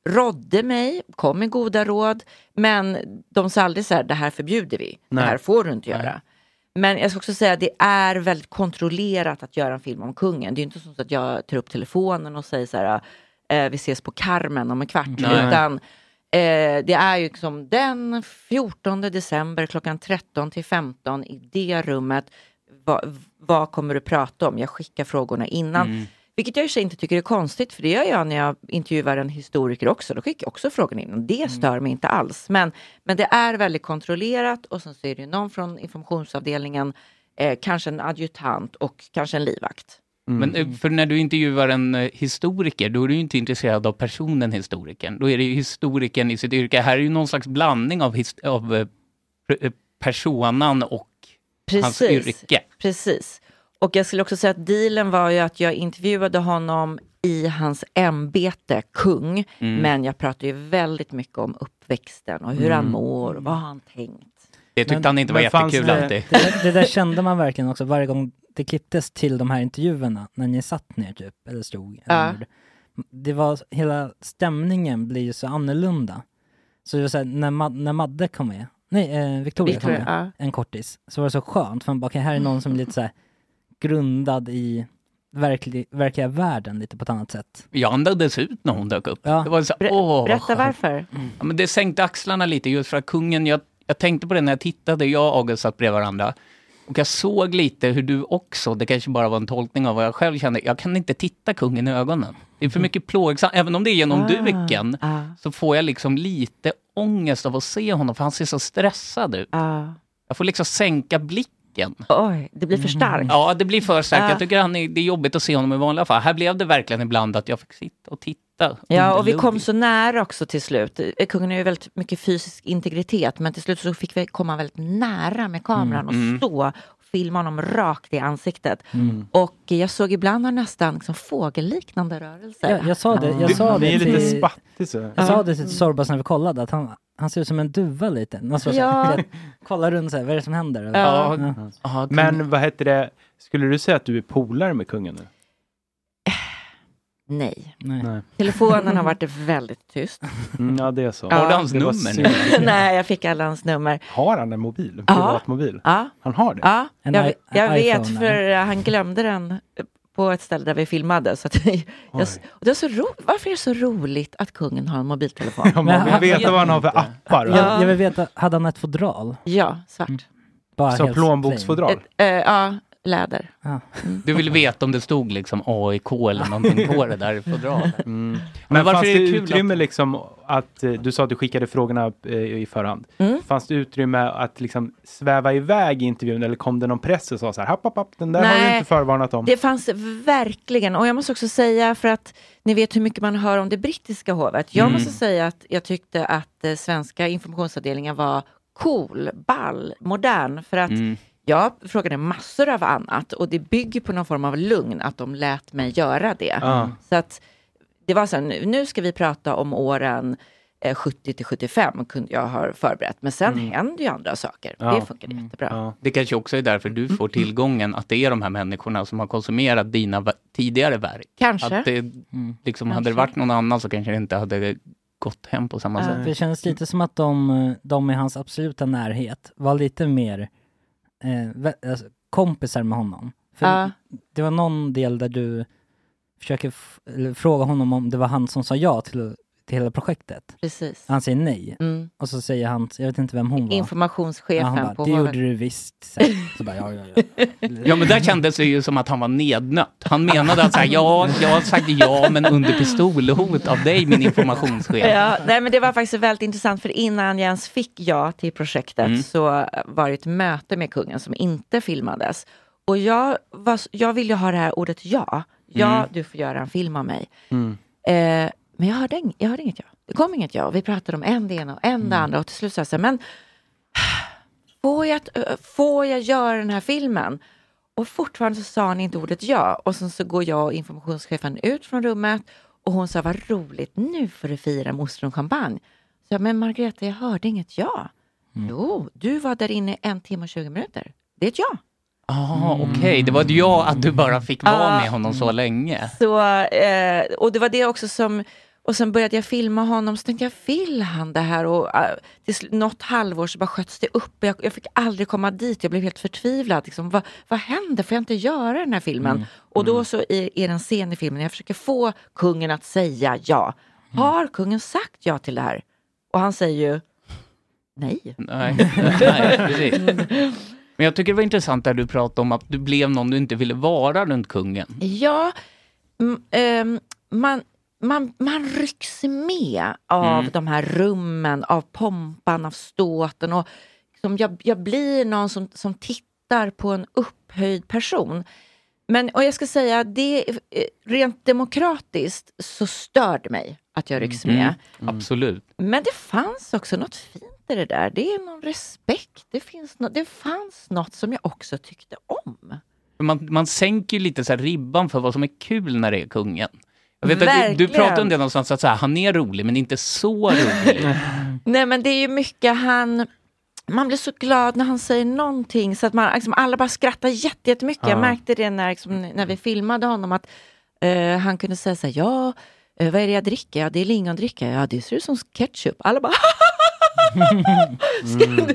I: rådde mig, kom med goda råd, men de sa aldrig så här, det här förbjuder vi,
F: Nej.
I: det här får du inte
F: Nej.
I: göra. Men jag ska också säga att det är väldigt kontrollerat att göra en film om kungen. Det är ju inte så att jag tar upp telefonen och säger så här, eh, vi ses på Carmen om en kvart.
F: Nej.
I: Utan eh, det är ju liksom den 14 december klockan 13 till 15 i det rummet. Va, vad kommer du prata om? Jag skickar frågorna innan.
F: Mm.
I: Vilket jag i och för sig inte tycker är konstigt, för det gör jag när jag intervjuar en historiker också. Då skickar jag också frågan in.
F: Mm.
I: Det stör mig inte alls. Men, men det är väldigt kontrollerat och sen så är det ju någon från informationsavdelningen, eh, kanske en adjutant och kanske en livvakt.
D: Mm.
E: Men eh, för när du intervjuar en eh, historiker, då är du ju inte intresserad av personen historikern. Då är det ju historikern i sitt yrke. Här är ju någon slags blandning av, his- av eh, pr- eh, personan och hans yrke.
I: Precis. Och jag skulle också säga att dealen var ju att jag intervjuade honom i hans ämbete, kung.
E: Mm.
I: Men jag pratade ju väldigt mycket om uppväxten och hur han
E: Mm.
I: mår och vad han tänkt.
E: Det tyckte han inte var
D: Men fanns
E: jättekul
D: det-
E: alltid.
D: Det, där- det där kände man verkligen också varje gång det klipptes till de här intervjuerna, när ni satt ner typ, eller stod. Eller
I: Ja.
D: gjorde. Det var, hela stämningen blir ju så annorlunda. Så det var så här, när, Mad- när Madde kom med, nej, eh, Victoria,
I: Victoria,
D: kom med, en kortis, så var det så skönt, för man bara, okej, här är någon som är lite så här grundad i verklig, verkliga världen lite på ett annat sätt.
E: Jag andades ut när hon dök upp. Det var så, åh, vad skönt.
I: varför.
E: Ja, men det sänkte axlarna lite just för att kungen, jag, jag tänkte på det när jag tittade, jag och August satt bredvid varandra. Och jag såg lite hur du också, det kanske bara var en tolkning av vad jag själv kände, jag kan inte titta kungen i ögonen. Det är för mycket plågsamt, även om det är genom
I: Ah,
E: duken,
I: ah.
E: så får jag liksom lite ångest av att se honom, för han ser så stressad ut.
I: Ah.
E: Jag får liksom sänka blicken.
I: Oj, det blir för
E: Mm.
I: starkt.
E: Ja, det blir för starkt.
I: Ah.
E: Jag tycker han är, det är jobbigt att se honom i vanliga fall. Här blev det verkligen ibland att jag fick sitta och titta.
I: Ja,
E: under
I: och vi
E: lupp.
I: kom så nära också till slut. Eh, Kungen har ju väldigt mycket fysisk integritet, men till slut så fick vi komma väldigt nära med kameran
E: Mm. Mm.
I: och stå och filma honom rakt i ansiktet.
D: Mm.
I: Och eh, jag såg ibland har nästan liksom fågelliknande rörelser.
D: Jag, jag sa det, jag sa det till, jag sa det till
I: Mm.
D: Sorbas när vi kollade, att han, han ser ut som en duva lite. Alltså,
I: Ja.
D: ja. Kolla runt så här, vad är det som händer?
G: Ja.
E: Ja.
G: Men vad heter det, skulle du säga att du är polare med kungen nu?
I: Nej.
D: Nej.
I: Telefonen har varit väldigt tyst.
G: Mm, ja, det är så.
I: Ja. Har du hans
G: Det var
I: nummer
G: synd.
I: Nej, jag fick alla hans nummer.
G: Har han en mobil? En
I: Ja.
G: privat mobil?
I: Ja.
G: Han har det?
I: Ja,
G: En
I: jag,
G: i-
I: jag
G: en
I: vet
G: iPhone,
I: för eh, han glömde den eh, på ett ställe där vi filmade. Så att jag, jag, och det är så ro, varför är det så roligt att kungen har en mobiltelefon?
D: Ja, man vill Men- veta vad han har för
G: appar.
D: Jag, jag vill veta, hade han ett fodral?
I: Ja, svart.
D: Bara
G: Så
D: helt
G: plånboksfodral?
D: plain.
I: Eh, ja, läder.
E: Du ville veta om det stod liksom AIK eller någonting på det där fodralet.
G: Mm. Men,
E: Men varför
G: fanns
E: är det
G: det
E: kul
G: utrymme liksom att, eh, du sa att du skickade frågorna eh, i förhand. Fanns det utrymme att liksom sväva iväg i intervjun eller kom det någon press och sa så här, happ, happ, happ, den där har vi
I: Nej,
G: inte förvarnat om.
I: Det fanns verkligen, och jag måste också säga för att ni vet hur mycket man hör om det brittiska hovet. Jag
G: Mm.
I: måste säga att jag tyckte att eh, svenska informationsavdelningen var cool, ball, modern. För att
F: Mm.
I: jag frågade massor av annat och det bygger på någon form av lugn att de lät mig göra det.
F: Ah.
I: Så att det var så här, nu, nu ska vi prata om åren 70 till 75 kunde jag ha förberett. Men sen
E: Mm.
I: händer ju andra saker. Det funkade jättebra.
E: Det kanske också är därför
D: Mm.
E: du får tillgången, att det är de här människorna som har konsumerat dina va- tidigare verk.
I: Kanske.
E: Att det, liksom, Hade det
D: Kanske.
E: varit någon annan så kanske det inte hade gått hem på samma sätt.
D: Det kändes lite som att de, de i hans absoluta närhet var lite mer eh, vä- alltså, kompisar med honom. För
I: Ja.
D: Det var någon del där du försöker f- eller fråga honom om det var han som sa ja till, till hela projektet.
I: Precis.
D: Han säger nej.
I: Mm.
D: Och så säger han, jag vet inte vem hon var.
I: Informationschefen
D: Ja, han bara,
I: på
D: Det
I: hovet."
D: gjorde du visst. Så, här. så bara, ja, ja, ja.
E: Ja, men där kändes det ju som att han var nednött. Han menade att så här, ja, jag har sagt ja, men under pistolhot av dig, min informationschef.
I: Ja, nej, men det var faktiskt väldigt intressant, för innan jag ens fick ja till projektet
E: Mm.
I: så var det ett möte med kungen som inte filmades. Och jag, var, s- jag ville ju ha det här ordet ja. Ja,
F: Mm.
I: du får göra en film av mig.
F: Mm.
I: Eh, men jag hörde, ing- jag hörde inget ja. Det kom inget ja. Och vi pratade om en det ena och en det
E: Mm.
I: andra. Och till slut sa jag så här, men får jag, t- ö, får jag göra den här filmen? Och fortfarande så sa han inte ordet ja. Och sen så går jag och informationschefen ut från rummet. Och hon sa, vad roligt, nu får du fira med ostronchampagne. Så jag, men Margareta, jag hörde inget ja.
E: Mm.
I: Jo, du var där inne en timme och 20 minuter. Det är ett ja.
E: Ah, Okej, det var jag att du bara fick vara
I: Ah.
E: med honom så länge.
I: Så, eh, och det var det också som, och sen började jag filma honom, så tänkte jag, vill han det här? Och eh, till sl- något halvår så bara sköts det upp, jag, jag fick aldrig komma dit, jag blev helt förtvivlad. Liksom, vad, vad händer? Får jag inte göra den här filmen?
F: Mm.
I: Och då så är, är det en scen i filmen, jag försöker få kungen att säga ja.
F: Mm.
I: Har kungen sagt ja till det här? Och han säger ju, nej.
E: Nej,
I: Mm.
E: nej precis. Men jag tycker det var intressant där du pratade om att du blev någon du inte ville vara runt kungen.
I: Ja, m- ehm, man, man, man rycks med av
E: Mm.
I: de här rummen, av pompan, av ståten. Och liksom jag, jag blir någon som, som tittar på en upphöjd person. Men, och jag ska säga, det, eh, rent demokratiskt så stör det mig att jag rycks med.
E: Mm. Absolut.
I: Men det fanns också något fint i det där. Det är någon respekt. Det, finns nå- det fanns något som jag också tyckte om.
E: För Man, man sänker ju lite så här ribban för vad som är kul när det är kungen. Jag vet att du, du
I: Verkligen.
E: pratade om det någonstans, att så här, han är rolig men inte så rolig.
I: Nej men det är ju mycket han, man blir så glad när han säger någonting så att man, liksom, alla bara skrattar jätte- jättemycket. Jag
F: Ja.
I: märkte det när, liksom, när vi filmade honom att eh, han kunde säga så här, ja, eh, vad är det jag dricker? Ja, det är lingondricka. Ja, det ser ut som ketchup. Alla bara
E: Mm.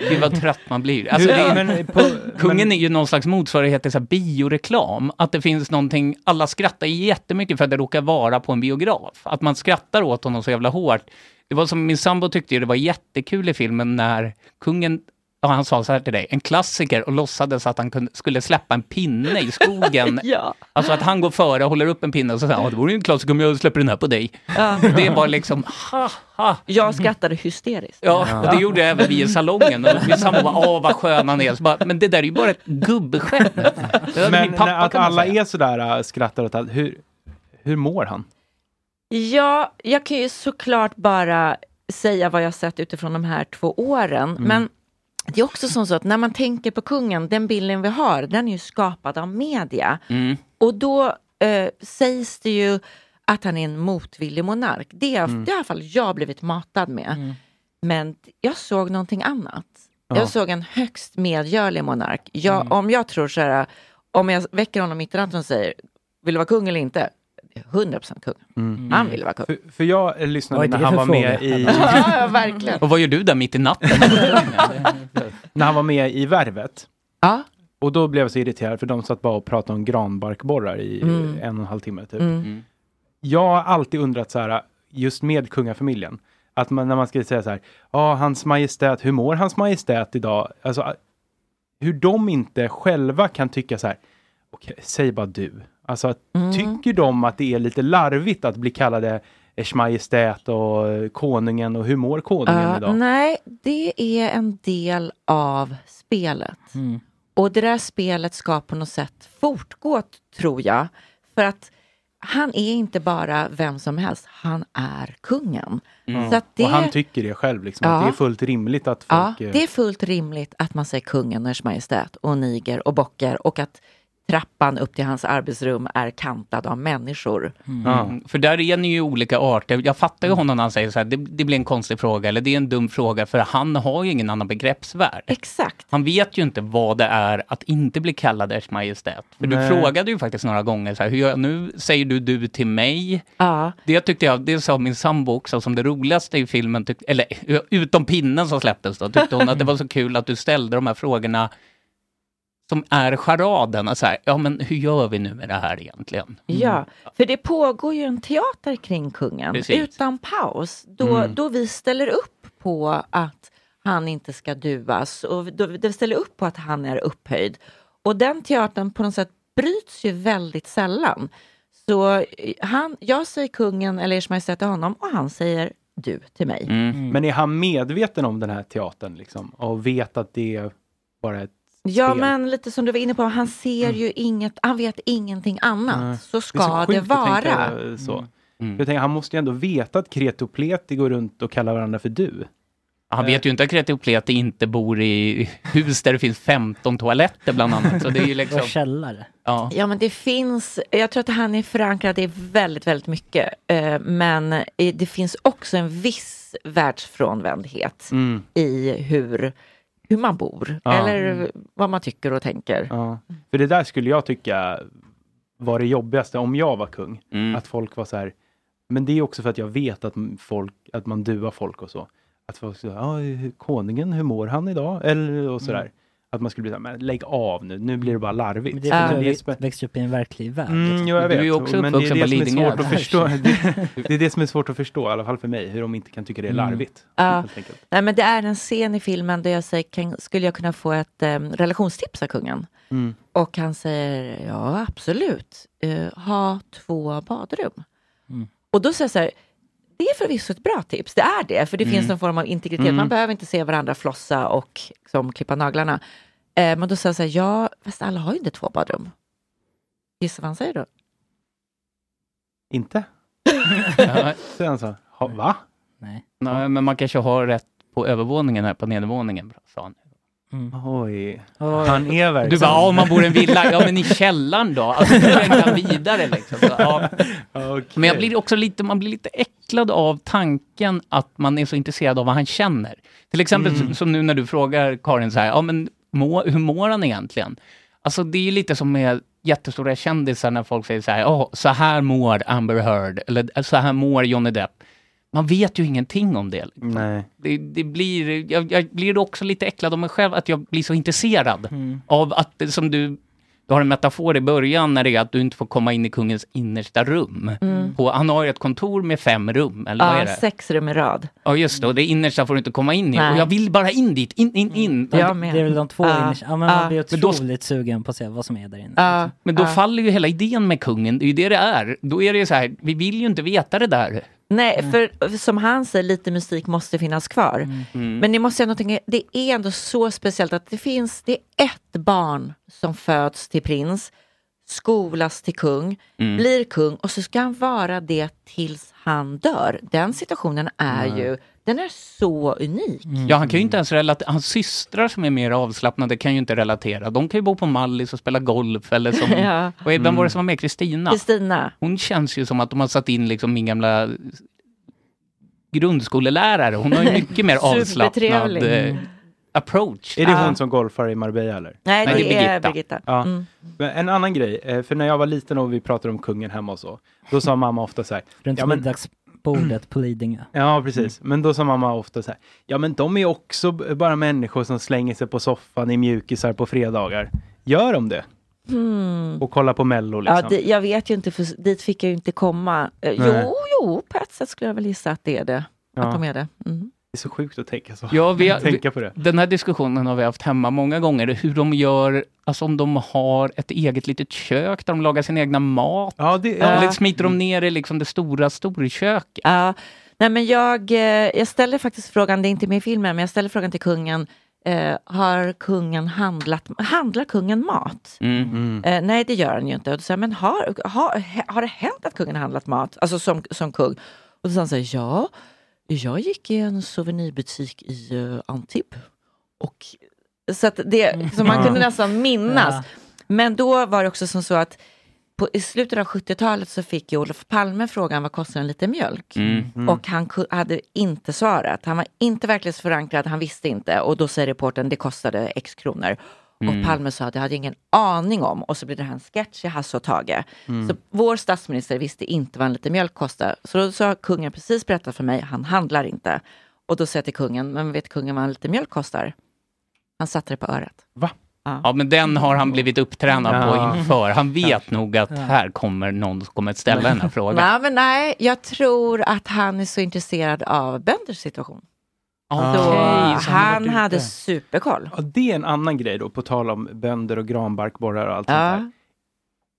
E: Gud vad trött man blir. Alltså,
K: Hur-
E: det,
K: men
E: på, kungen är ju någon slags motsvarighet till så här bioreklam. Att det finns någonting, alla skrattar jättemycket för att det råkar vara på en biograf. Att man skrattar åt honom så jävla hårt. Det var som min sambo tyckte ju det var jättekul i filmen när kungen Ja, han sa så här till dig, en klassiker och låtsades att han kunde, skulle släppa en pinne i skogen.
I: Ja.
E: Alltså att han går före och håller upp en pinne och så säger han, ja det vore ju en klassiker om jag släpper den här på dig.
I: Ja.
E: Det var liksom, ha, ha.
I: Jag skrattade hysteriskt.
E: Ja, och det gjorde även vi i salongen. Och min sambo bara, åh vad skön han är. Så bara, men det där är ju bara ett gubbskämt. Det hade
G: Men
E: min pappa
G: när- att
E: kunnat
G: alla
E: säga.
G: är sådär äh, skrattar åt allt, hur, hur mår han?
I: Ja, jag kan ju såklart bara säga vad jag sett utifrån de här två åren.
J: Mm.
I: Men det är också som så att när man tänker på kungen, den bilden vi har, den är ju skapad av media.
J: Mm.
I: Och då eh, sägs det ju att han är en motvillig monark. Det, är-
J: Mm.
I: det har i alla fall jag blivit matad med. Men t- jag såg någonting annat.
J: Ja. Mm.
I: Jag såg en högst medgörlig monark. Jag, Om jag tror så här, om jag väcker honom mitt i natten och säger, vill du vara kung eller inte? 100% kung.
G: Mm.
I: Han ville vara kung.
G: För, för jag eh, lyssnade
E: Oj,
G: när
E: det är
G: han
E: för
G: var med
E: fråga.
G: i...
I: Ja, ja, verkligen.
E: Och vad gör du där mitt i natten?
G: när han var med i Värvet.
I: Ja.
G: Och då blev jag så irriterad för de satt bara och pratade om granbarkborrar i
I: Mm.
G: en och en halv timme. Typ.
I: Mm. Mm.
G: Jag har alltid undrat så här, just med kungafamiljen, att man, när man ska säga så här, ja, hans majestät, hur mår hans majestät idag? Alltså, hur de inte själva kan tycka så här, okej, säg bara du. Alltså, att- tycker de att det är lite larvigt att bli kallade Ers Majestät och eh, konungen och hur mår konungen
I: Ja,
G: idag?
I: nej, det är en del av spelet.
G: Mm.
I: Och det där spelet ska på något sätt fortgå, t- tror jag. För att han är inte bara vem som helst, han är kungen.
G: Mm.
I: Så att det,
G: Och han tycker det själv, liksom,
I: Ja.
G: att det är fullt rimligt att
I: ja,
G: folk... eh,
I: det är fullt rimligt att man säger kungen och Ers Majestät och niger och bockar och att trappan upp till hans arbetsrum är kantad av människor.
E: Mm. För där är ni ju olika arter. Jag fattar ju honom när han säger så här, det, det blir en konstig fråga eller det är en dum fråga för han har ju ingen annan begreppsvärld.
I: Exakt.
E: Han vet ju inte vad det är att inte bli kallad Ers Majestät. För
G: Nej.
E: du frågade ju faktiskt några gånger så här, hur gör- nu säger du du till mig.
I: Ja.
E: Det tyckte jag, det sa min sambo också som det roligaste i filmen, tyck, eller utom pinnen som släpptes då, tyckte hon att det var så kul att du ställde de här frågorna som är charaden, och så här, ja men hur gör vi nu med det här egentligen?
I: Ja, för det pågår ju en teater kring kungen
E: Mm. Precis.
I: utan paus. Då,
E: Mm.
I: då vi ställer upp på att han inte ska duas och då, då vi ställer upp på att han är upphöjd. Och den teatern på något sätt bryts ju väldigt sällan. Så eh, han, jag säger kungen eller Ers Majestät till honom och han säger du till mig.
G: Men är han medveten om den här teatern liksom, och vet att det är bara ett
I: Ja,
G: spel?
I: men lite som du var inne på, han ser ju inget, han vet ingenting annat.
G: Nej.
I: Så
G: Mm. är så
I: ska det,
G: sjukt att
I: vara.
G: Tänka, Eh, så. Jag tänker, han måste ju ändå veta att kretopleti går runt och kallar varandra för du.
E: Han vet ju inte att Kreti och Pleti inte bor i hus där det finns 15 toaletter bland annat. Så det är ju liksom...
I: Och
D: källare.
E: Ja.
I: Ja men det finns, jag tror att han är förankrad i väldigt, väldigt mycket. Eh, Men eh, det finns också en viss världsfrånvändhet
G: Mm.
I: i hur, hur man bor.
G: Ja.
I: Eller vad man tycker och tänker.
G: Ja. För det där skulle jag tycka var det jobbigaste om jag var kung. Att folk var så här, men det är också för att jag vet att, folk, att man duar folk och så. Att folk säger, "Ja, hur- konungen, hur mår han idag? Eller och sådär.
D: Mm.
G: Att man skulle bli så här, men lägg av nu, nu blir det bara larvigt.
D: Men det är för
G: Men
D: att
G: det är
D: du har växt upp i en verklig värld.
G: Mm,
D: liksom.
G: jo, jag vet.
E: är ju också
G: men det är
E: uppvuxen
G: det
E: på
G: som är
E: Lidingö.
G: svårt att förstå. Det, det är det som är svårt att förstå, i alla fall för mig, hur de inte kan tycka det är
I: Mm.
G: larvigt.
I: Ja.
G: Helt enkelt.
I: Nej, men det är en scen i filmen där jag säger, kan, skulle jag kunna få ett eh, relationstips av kungen?
G: Mm.
I: Och han säger, ja absolut, Eh, ha två badrum.
J: Mm.
I: Och då säger jag så här, det är förvisso ett bra tips, det är det, för det
J: Mm.
I: finns någon form av integritet.
J: Mm.
I: Man behöver inte se varandra flossa och liksom, klippa naglarna. Eh, men då säger jag så här, ja, fast alla har ju inte två badrum. Gissa vad han säger då?
G: Inte?
E: Mm.
G: Säger han så? Ha, va?
E: Nej, men man kanske har rätt på övervåningen här på nedervåningen, sa han.
G: Oj.
D: Mm. Oj.
G: Han är verkligen...
E: Du bara, ja, om man bor i en villa, ja men i källaren då? Alltså, då räknar vidare liksom. Så, ja. Men jag blir också lite, man blir lite äcklad av tanken att man är så intresserad av vad han känner. Till exempel
G: Mm.
E: som- som nu när du frågar Karin så här, ja men må, hur mår han egentligen? Alltså det är ju lite som med jättestora kändisar när folk säger så här, "Åh, så här mår Amber Heard, eller så här mår Johnny Depp. man vet ju ingenting om det. Liksom.
G: Nej.
E: Det, det blir, jag, jag blir också lite äcklad av mig själv att jag blir så intresserad
I: Mm.
E: av att, eh, som du, du har en metafor i början när det är att du inte får komma in i kungens innersta rum.
I: Mm.
E: På, han har ju ett kontor med fem rum, eller vad är
I: Ja,
E: det?
I: sex rum i rad.
E: Ja just det, och det innersta får du inte komma in i.
I: Nej. Mm.
E: Och jag vill bara in dit, in, in, in.
I: Jag med.
D: Det är väl de två
E: Ja.
D: innersta. Ja, men man
E: Ja.
D: blir
E: Men då-
D: otroligt sugen på att se vad som är där inne.
E: Men då
D: Ja.
E: faller ju hela idén med kungen, det är ju det det är. Då är det ju så här, vi vill ju inte veta det där.
I: Nej, för som han säger, lite musik måste finnas kvar.
E: Mm.
I: Men ni måste ändå tänka, det är ändå så speciellt att det finns, det är ett barn som föds till prins, skolas till kung,
L: Mm.
I: blir kung och så ska han vara det tills han dör. Den situationen är
E: Mm.
I: ju, den är så unik.
E: Ja, han kan ju inte ens relatera. Hans systrar som är mer avslappnade kan ju inte relatera. De kan ju bo på Mallis och spela golf eller som...
I: Ja.
E: Vad är, vem var
I: Mm.
E: det som var med? Kristina?
I: Kristina.
E: Hon känns ju som att de har satt in liksom min gamla grundskolelärare. Hon har ju mycket mer avslappnad
I: Supertrevlig.
E: eh,
G: Mm.
E: approach.
G: Är det hon som golfar i Marbella eller?
I: Nej, det är Birgitta.
G: Ja.
I: Mm.
G: Men en annan grej, eh, för när jag var liten och vi pratade om kungen hemma och så, då sa mamma ofta så här.
D: Runt
G: ja,
E: Mm.
G: men,
D: middagsbordet på Lidingö.
G: ja, precis. Mm. Men då sa mamma ofta så här. Ja, men de är också b- bara människor som slänger sig på soffan i mjukisar på fredagar. Gör de det?
I: Hmm.
G: Och kollar på Mello liksom?
I: Ja, det, jag vet ju inte, för dit fick jag ju inte komma. Eh,
G: Nej.
I: Jo, jo, på ett sätt skulle jag väl gissa att det är det.
E: Ja.
I: Att de är det. Mm.
G: är så sjukt att tänka så.
E: Ja, vi har,
G: tänka på det.
E: Den här diskussionen har vi haft hemma många gånger, hur de gör, alltså om de har ett eget litet kök där de lagar sin egna mat.
I: ja.
E: Eller smiter de ner i liksom det stora storköket?
I: Ja. Nej, men jag, eh, jag ställer faktiskt frågan, det är inte med i filmen, men jag ställer frågan till kungen. Eh, har kungen handlat, handlar kungen mat? Eh, nej, det gör han ju inte. Och då säger jag, men har, har, har det hänt att kungen har handlat mat, alltså som, som kung? Och då sa han så här, ja, jag gick i en souvenirbutik i uh, Antibes. Och, så att det, så man kunde
L: Ja.
I: nästan minnas.
L: Ja.
I: Men då var det också som så att på, i slutet av 70-talet så fick ju Olof Palme frågan vad kostar en liter mjölk?
L: Mm. Mm.
I: Och han ku- hade inte svarat. Han var inte verklighetsförankrad, han visste inte. Och då säger reportern det kostade x kronor.
L: Mm.
I: Och Palme sa det hade jag ingen aning om. Och så blev det här en sketch i Hasse och Tage.
L: Mm.
I: Så vår statsminister visste inte vad en liter mjölk kostar. Så då sa kungen precis berättat för mig, han handlar inte. Och då säger jag till kungen, men vet kungen vad en liter mjölk kostar? Han satte det på örat.
G: Va?
I: Ja.
E: Ja, men den har han blivit upptränad
I: Ja.
E: på inför. Han vet nog att
I: Ja.
E: här kommer någon som kommer att ställa den här frågan.
I: Nej, men nej, jag tror att han är så intresserad av bönders situation.
G: Okej,
I: så
G: så han har
I: han
G: varit
I: hade
G: ute.
I: superkoll.
G: Ja, det är en annan grej då, på tal om bönder och granbarkborrar och allt
I: Ja.
G: sånt där.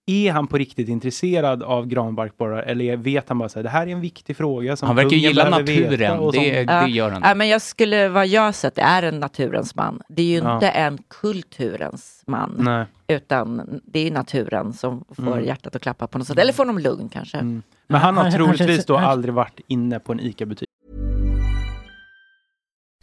G: Är han på riktigt intresserad av granbarkborrar eller är- vet han bara så här, det här är en viktig fråga som
E: Han verkar ju
G: kungen
E: gilla
G: behöver veta
E: naturen,
G: och som-
E: det-
I: Ja. Ja, men jag skulle, vad jag har sett, är en naturens man. Det är ju
G: Ja.
I: inte en kulturens man.
G: Nej.
I: Utan det är ju naturen som får
G: Mm.
I: hjärtat att klappa på något sätt. Eller får dem lugn kanske.
G: Men han har
I: Han- han
G: troligtvis
I: känns-
G: då
I: han-
G: aldrig varit inne på en ICA-butik.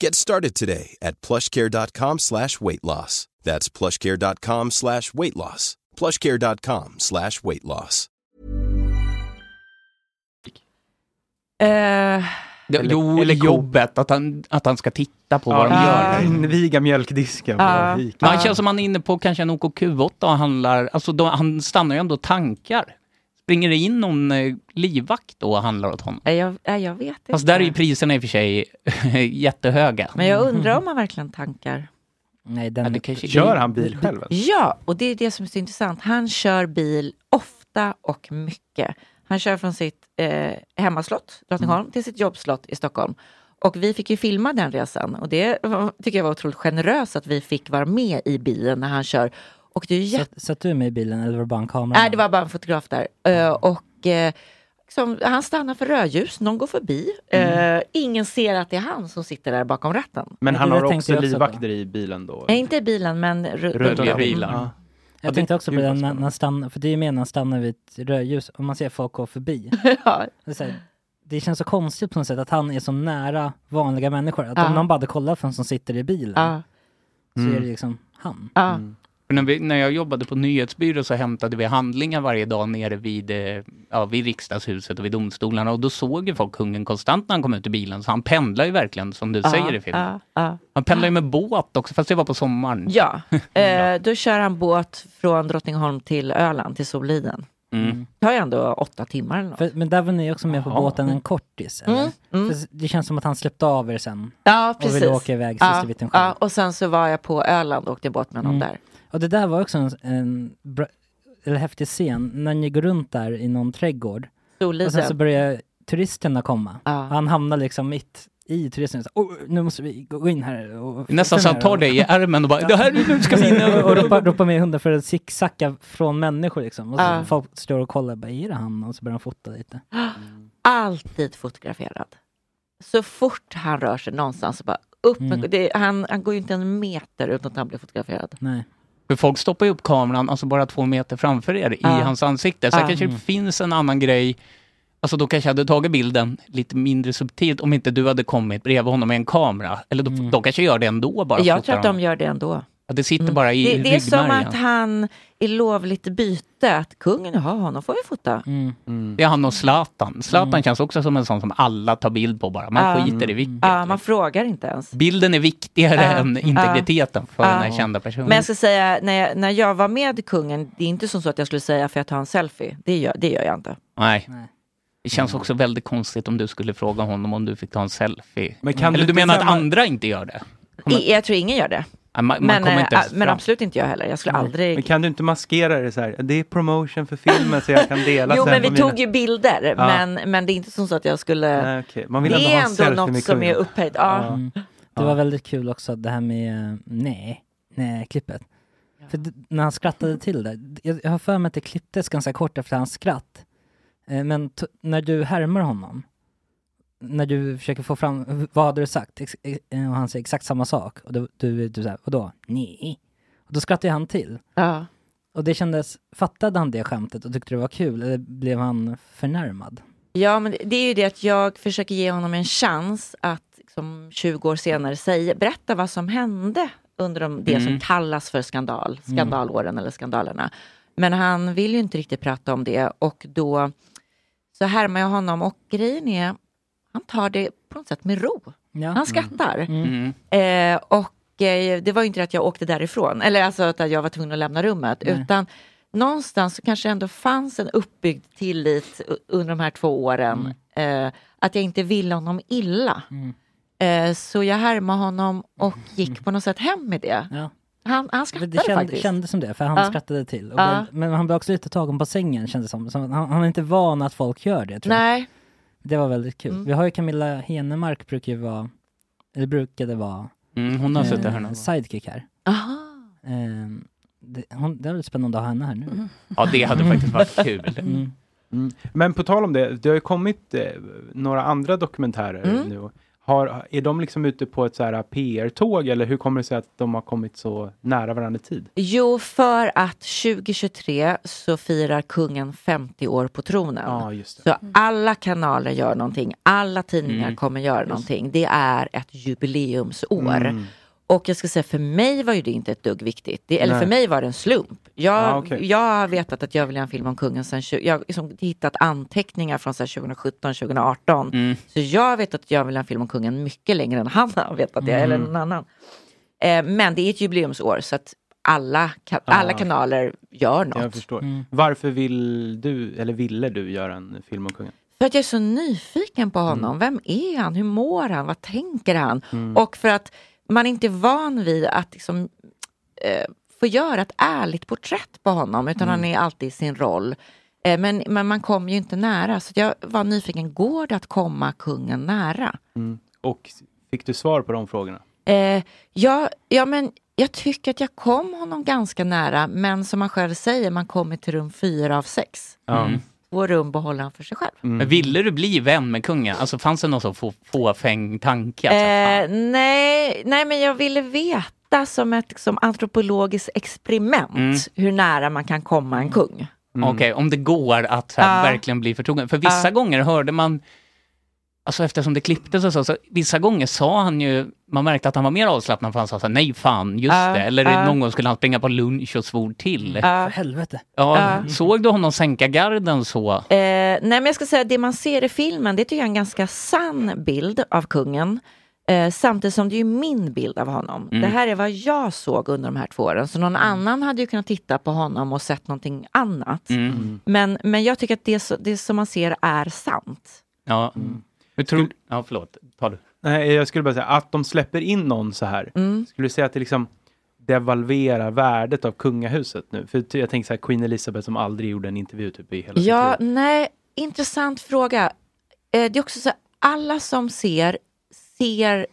M: Get started today at plushcare.com slash weight loss. That's plushcare.com slash weight loss. plushcare.com slash weight loss.
I: Eh,
G: Eller-
E: jo,
G: eller
E: eller
G: ko.
E: jobbet, att han, att han ska titta på vad de
I: Ah.
E: gör.
G: Inviga mjölkdisken. på
E: Ja.
G: Ica.
E: Men han känns som han är inne på kanske en OKQ8 och handlar, alltså då, han stannar ju ändå och tankar. Springer det in någon eh, livvakt då och handlar åt honom?
I: Nej, jag, nej, jag vet inte.
E: Fast där är ju priserna i och för sig jättehöga.
I: Men jag undrar om han verkligen tankar.
D: Nej, den...
E: det kanske...
G: Kör han bil själv? eller?
I: Ja, och det är det som är så intressant. Han kör bil ofta och mycket. Han kör från sitt eh, hemmaslott, Drottningholm,
G: Mm.
I: till sitt jobbslott i Stockholm. Och vi fick ju filma den resan och det var- tycker jag var otroligt generöst att vi fick vara med i bilen när han kör. Och det är ju jätte-
D: Satt, satt du med i bilen eller var det bara en kamera?
I: Nej, det var bara en fotograf där. Eh, och eh, liksom, han stannar för rödljus, någon går förbi. Eh, ingen ser att det är han som sitter där bakom ratten.
G: Men han har
D: tänkte
G: också
D: jag också
G: livvakter i bilen då?
I: Nej, inte i bilen, men ru- runt
G: Röda
I: om.
G: bilen.
I: Mm.
G: Ja.
D: Jag tänkte också på det när, när han stannar, för det är ju med när han stannar vid ett rödljus och man ser folk gå förbi. det, är så här, det känns så konstigt på något sätt att han är så nära vanliga människor. Att
E: Ja.
D: om någon bara hade kollat för en som sitter i bilen
E: Ja.
D: så
E: Mm.
D: är det liksom han.
E: För När, vi, när jag jobbade på nyhetsbyrå så hämtade vi handlingar varje dag nere vid, eh, ja, vid riksdagshuset och vid domstolarna och då såg ju folk kungen konstant när han kom ut ur bilen så han pendlar ju verkligen som du
I: Ja,
E: säger i filmen.
I: ja, ja.
E: Han pendlar ju med båt också fast det var på sommaren.
I: Ja, eh, då kör han båt från Drottningholm till Öland, till Soliden.
E: Mm.
I: Det tar ju ändå åtta timmar eller något.
D: För, men där var ni också med på
I: Jaha.
D: båten en kortis, eller?
I: Mm, mm.
D: För det känns som att han släppte av er sen.
I: Ja, precis.
D: Och ville åka iväg sist
I: ja,
D: i biten själv.
I: ja, och sen så var jag på Öland och åkte båt med honom
D: Mm.
I: där.
D: Och det där var också en, en bra, eller häftig scen, när ni går runt där i någon trädgård.
I: Storliden.
D: Och sen så börjar turisterna komma. Och han hamnar liksom mitt i turisterna. Så, oh, nu måste vi gå gå in här. Och
E: Nästan så han tar dig i ärmen och bara det här, nu ska vi in
D: och, och
E: och...
D: ropar, ropar med hundar för att zigzacka från människor liksom. Och så
I: Ja.
D: folk står och kollar, bara, är det han? Och så börjar han fota lite.
I: Alltid fotograferad. Så fort han rör sig någonstans så bara upp. med-
D: Mm.
I: Det, han, han går ju inte en meter utan att han blir fotograferad.
D: Nej.
E: För folk stoppar ju upp kameran alltså bara två meter framför er i
I: Ja.
E: hans ansikte. Sen
I: Ja.
E: kanske det
I: Mm.
E: finns en annan grej. Alltså då kanske jag hade tagit bilden lite mindre subtilt om inte du hade kommit bredvid honom med en kamera. Eller då, de kanske gör det ändå bara.
I: Mm. jag
E: fotar
I: tror att de
E: honom.
I: gör det ändå. Mm.
E: Ja, det sitter bara i
I: det, det är som
E: ryggmärgen.
I: att han i lovligt byte, att kungen, jaha, honom får vi fota.
E: Mm.
I: Mm.
E: Det är han och Zlatan. Zlatan känns också som en sån som alla tar bild på bara. Man
I: Ja.
E: skiter i vilket.
I: Ja, man frågar inte ens.
E: Bilden är viktigare
I: Ja.
E: än integriteten för
I: Ja.
E: den här kända personen.
I: Men jag ska säga, när jag, när jag var med kungen, det är inte som så att jag skulle säga för jag tar en selfie. Det gör, det gör jag inte.
E: Nej. Det känns också väldigt konstigt om du skulle fråga honom om du fick ta en selfie.
G: Men kan
E: Eller du,
G: du inte
E: menar att
G: säga-
E: andra inte gör det? Kommer-
I: I, jag tror ingen gör det.
E: Ja, man, man
I: men,
E: kommer inte
I: eh,
E: ens
I: men
E: fram.
I: absolut inte jag heller. Jag skulle
G: Men
I: aldrig...
G: kan du inte maskera det så här? Det är promotion för filmen så jag kan dela
I: Jo,
G: sen
I: men
G: på
I: vi
G: mina-
I: tog ju bilder.
G: Ja.
I: Men, men det är inte som så att jag skulle...
G: Nej, okej. Man vill
I: det
G: ändå ha en
I: är ändå
G: selfie
I: något
G: med
I: som
G: kungen.
I: är upphöjt. Ja.
D: Mm. Det var väldigt kul också det här med eh, nej, nej-klippet. För d- när han skrattade till det, jag, jag har för mig att det klipptes ganska kort efter hans skratt. Eh, Men t- när du härmar honom, när du försöker få fram, vad hade du sagt? Ex- ex- eh, och han säger exakt samma sak. Och du, du, du säger, vadå? Nej. Och då skrattade han till.
I: Ja.
D: Och det kändes, fattade han det skämtet och tyckte det var kul? Eller blev han förnärmad?
I: Ja, men det- det är ju det att jag försöker ge honom en chans att liksom, 20 år senare säga, berätta vad som hände under de, det
L: Mm.
I: som kallas för skandal, skandalåren eller skandalerna. Men han vill ju inte riktigt prata om det och då så härmar jag honom och grejen är, han tar det på något sätt med ro. Han skrattar.
E: Mm.
I: Eh, och eh, det var ju inte att jag åkte därifrån, eller alltså att jag var tvungen att lämna rummet,
L: Nej.
I: utan någonstans så kanske ändå fanns en uppbyggd tillit u- under de här två åren,
D: Mm.
I: eh, att jag inte ville honom illa. Eh, så jag härmade honom och gick på något sätt hem med det. Han, han
D: Mm. Men
I: skrattade
D: Det kände,
I: faktiskt.
D: kändes som det, för han
I: Ja.
D: skrattade till. Och
I: Ja.
D: blev, men han blev också lite tagen på sängen kändes det som. som att han, han är inte van att folk gör det tror
I: Nej. Mm.
D: jag. Det var väldigt kul. Vi har ju Camilla Henemark brukar ju vara, eller brukade vara, eh,
E: Mm, hon har suttit här någon gång.
D: sidekick här. Ehm, det, hon, det är väl spännande att ha henne här nu.
I: Mm.
E: Ja, det hade faktiskt varit kul.
D: Mm.
G: Mm. Men på tal om det, det har ju kommit eh, några andra dokumentärer
D: Mm.
G: nu. Har, är de liksom ute på ett så här PR-tåg eller hur kommer det sig att de har kommit så nära varandra i tid?
I: Jo, för att 2023 så firar kungen 50 år på tronen. Så alla kanaler gör någonting, alla tidningar
L: Mm.
I: kommer göra någonting. Det är ett jubileumsår.
L: Mm.
I: Och jag ska säga, för mig var ju det inte ett dugg viktigt. Det, eller
L: Nej.
I: för mig var det en slump. Jag,
L: Ah, okej.
I: jag har vetat att jag vill göra en film om kungen sen, tju- jag har liksom hittat anteckningar från så här 2017, 2018.
L: Mm.
I: Så jag har vetat att jag vill göra en film om kungen mycket längre än han har vetat det,
L: Mm.
I: eller någon annan. Eh, men det är ett jubileumsår så att alla, ka-
G: Ah,
I: alla
G: okej.
I: kanaler gör något.
G: Jag förstår. Varför vill du, eller ville du göra en film om kungen?
I: För att jag är så nyfiken på honom. Vem är han? Hur mår han? Vad tänker han?
G: Mm.
I: Och för att man inte är van vid att liksom, eh, få göra ett ärligt porträtt på honom, utan
L: Mm.
I: han är alltid i sin roll. Eh, men, men man kommer ju inte nära, så jag var nyfiken, går det att komma kungen nära?
G: Mm. Och fick du svar på de frågorna?
I: Eh, ja, ja, men jag tycker att jag kom honom ganska nära, men som han själv säger, man kommer till rum fyra av sex.
E: Ja. Mm.
I: Två rum behåller han för sig själv.
E: Men ville du bli vän med kungen? Alltså fanns det någon sån få- fåfäng tanke? Alltså,
I: Eh, nej, nej, men jag ville veta som ett liksom, antropologiskt experiment
E: Mm.
I: hur nära man kan komma en kung.
E: Okej, om det går att så här,
I: Ja.
E: verkligen bli förtrogen. För vissa
I: Ja.
E: gånger hörde man, alltså eftersom det klipptes och så, så vissa gånger sa han ju, man märkte att han var mer avslappnad för han sa så här, nej fan, just
D: Ja,
E: det. Eller
D: ja.
E: någon gång skulle han springa på lunch och svor till.
D: För helvete.
E: Ja,
I: Ja.
E: såg du honom sänka garden så?
I: Eh, nej, men jag ska säga det man ser i filmen, det tycker jag är en ganska sann bild av kungen. Eh, samtidigt som det är ju min bild av honom.
L: Mm.
I: Det här är vad jag såg under de här två åren. Så
E: Mm.
I: någon annan hade ju kunnat titta på honom och sett någonting annat.
E: Mm.
I: Men, men jag tycker att det, så- det som man ser är sant.
E: Ja. Hur tror... Ja, förlåt. Ta du.
G: Nej, jag skulle bara säga att de släpper in någon så här.
I: Mm.
G: Skulle du säga att det liksom devalverar värdet av kungahuset nu? För ty- jag tänker så här, Queen Elizabeth som aldrig gjorde en intervju typ i hela sitt
I: Ja,
G: liv.
I: nej, intressant fråga. Eh, det är också så här, alla som ser, ser,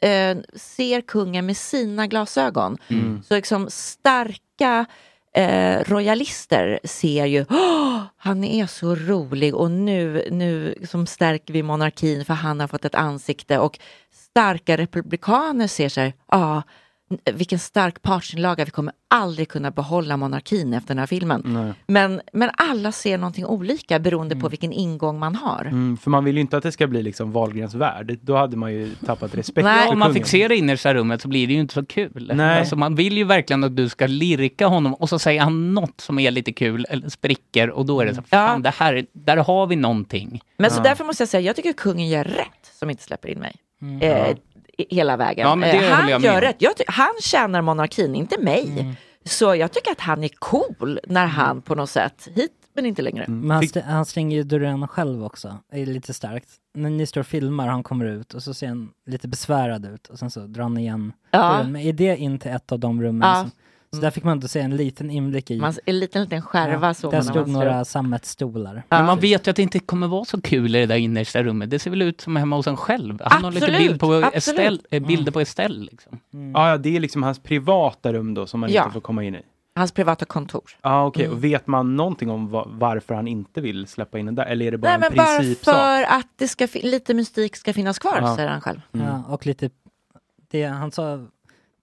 I: eh, ser kungen med sina glasögon.
L: Mm.
I: Så liksom starka eh, royalister ser ju, "Åh, han är så rolig och nu, nu liksom stärker vi monarkin för han har fått ett ansikte. Och starka republikaner ser sig, ja, vilken stark partsinlaga, vi kommer aldrig kunna behålla monarkin efter den här filmen. Men, men alla ser någonting olika beroende på vilken ingång man har.
G: Mm, för man vill ju inte att det ska bli liksom Wahlgrens värld. Då hade man ju tappat respekt
E: Nej,
G: för
E: om man
G: kungen.
E: fick se det innersta rummet så blir det ju inte så kul.
G: Nej.
E: Alltså, man vill ju verkligen att du ska lirka honom och så säger han något som är lite kul, eller spricker, och då är det så fan det här, där har vi någonting.
I: Men så därför måste jag säga, jag tycker att kungen gör rätt som inte släpper in mig. Eh,
E: Ja.
I: i- Hela
E: Mm.
I: vägen.
E: Ja, men det
I: Eh, han
E: håller jag med
I: gör
E: om. Mm.
I: rätt. Jag ty- han tjänar monarkin, inte mig. Så jag tycker att han är cool när han på något sätt, hit men inte längre.
D: Men han, st- han stänger ju dörren själv också, det är lite starkt. När ni står och filmar, han kommer ut och så ser han lite besvärad ut och sen så drar han igen
I: Ja.
D: dörren. Men är det in till ett av de rummen?
I: Ja. Mm.
D: Som, så där fick man ändå se en liten inblick i.
I: Man, Alltså, en liten, liten skärva såg
D: där
I: man när
D: stod
I: man
D: några
I: slöt.
D: sammetsstolar.
E: Men man vet ju att det inte kommer vara så kul i det där innersta rummet. Det ser väl ut som hemma hos en själv. Han har lite
I: Absolut,
E: bild på
I: absolut. Mm.
E: Estelle, eh, bilder på Estelle. Liksom.
G: Ja, ja, det är liksom hans privata rum då som man
I: Ja.
G: inte får komma in i.
I: Hans privata kontor.
G: Ja, ah, okej.
I: Mm.
G: Och vet man någonting om va- varför han inte vill släppa in den där? Eller är det bara
I: Nej, men
G: en
I: bara
G: principsak?
I: för att det ska fi- lite mystik ska finnas kvar,
G: Ja.
I: säger han själv.
G: Mm.
D: Ja, och lite, det, han sa,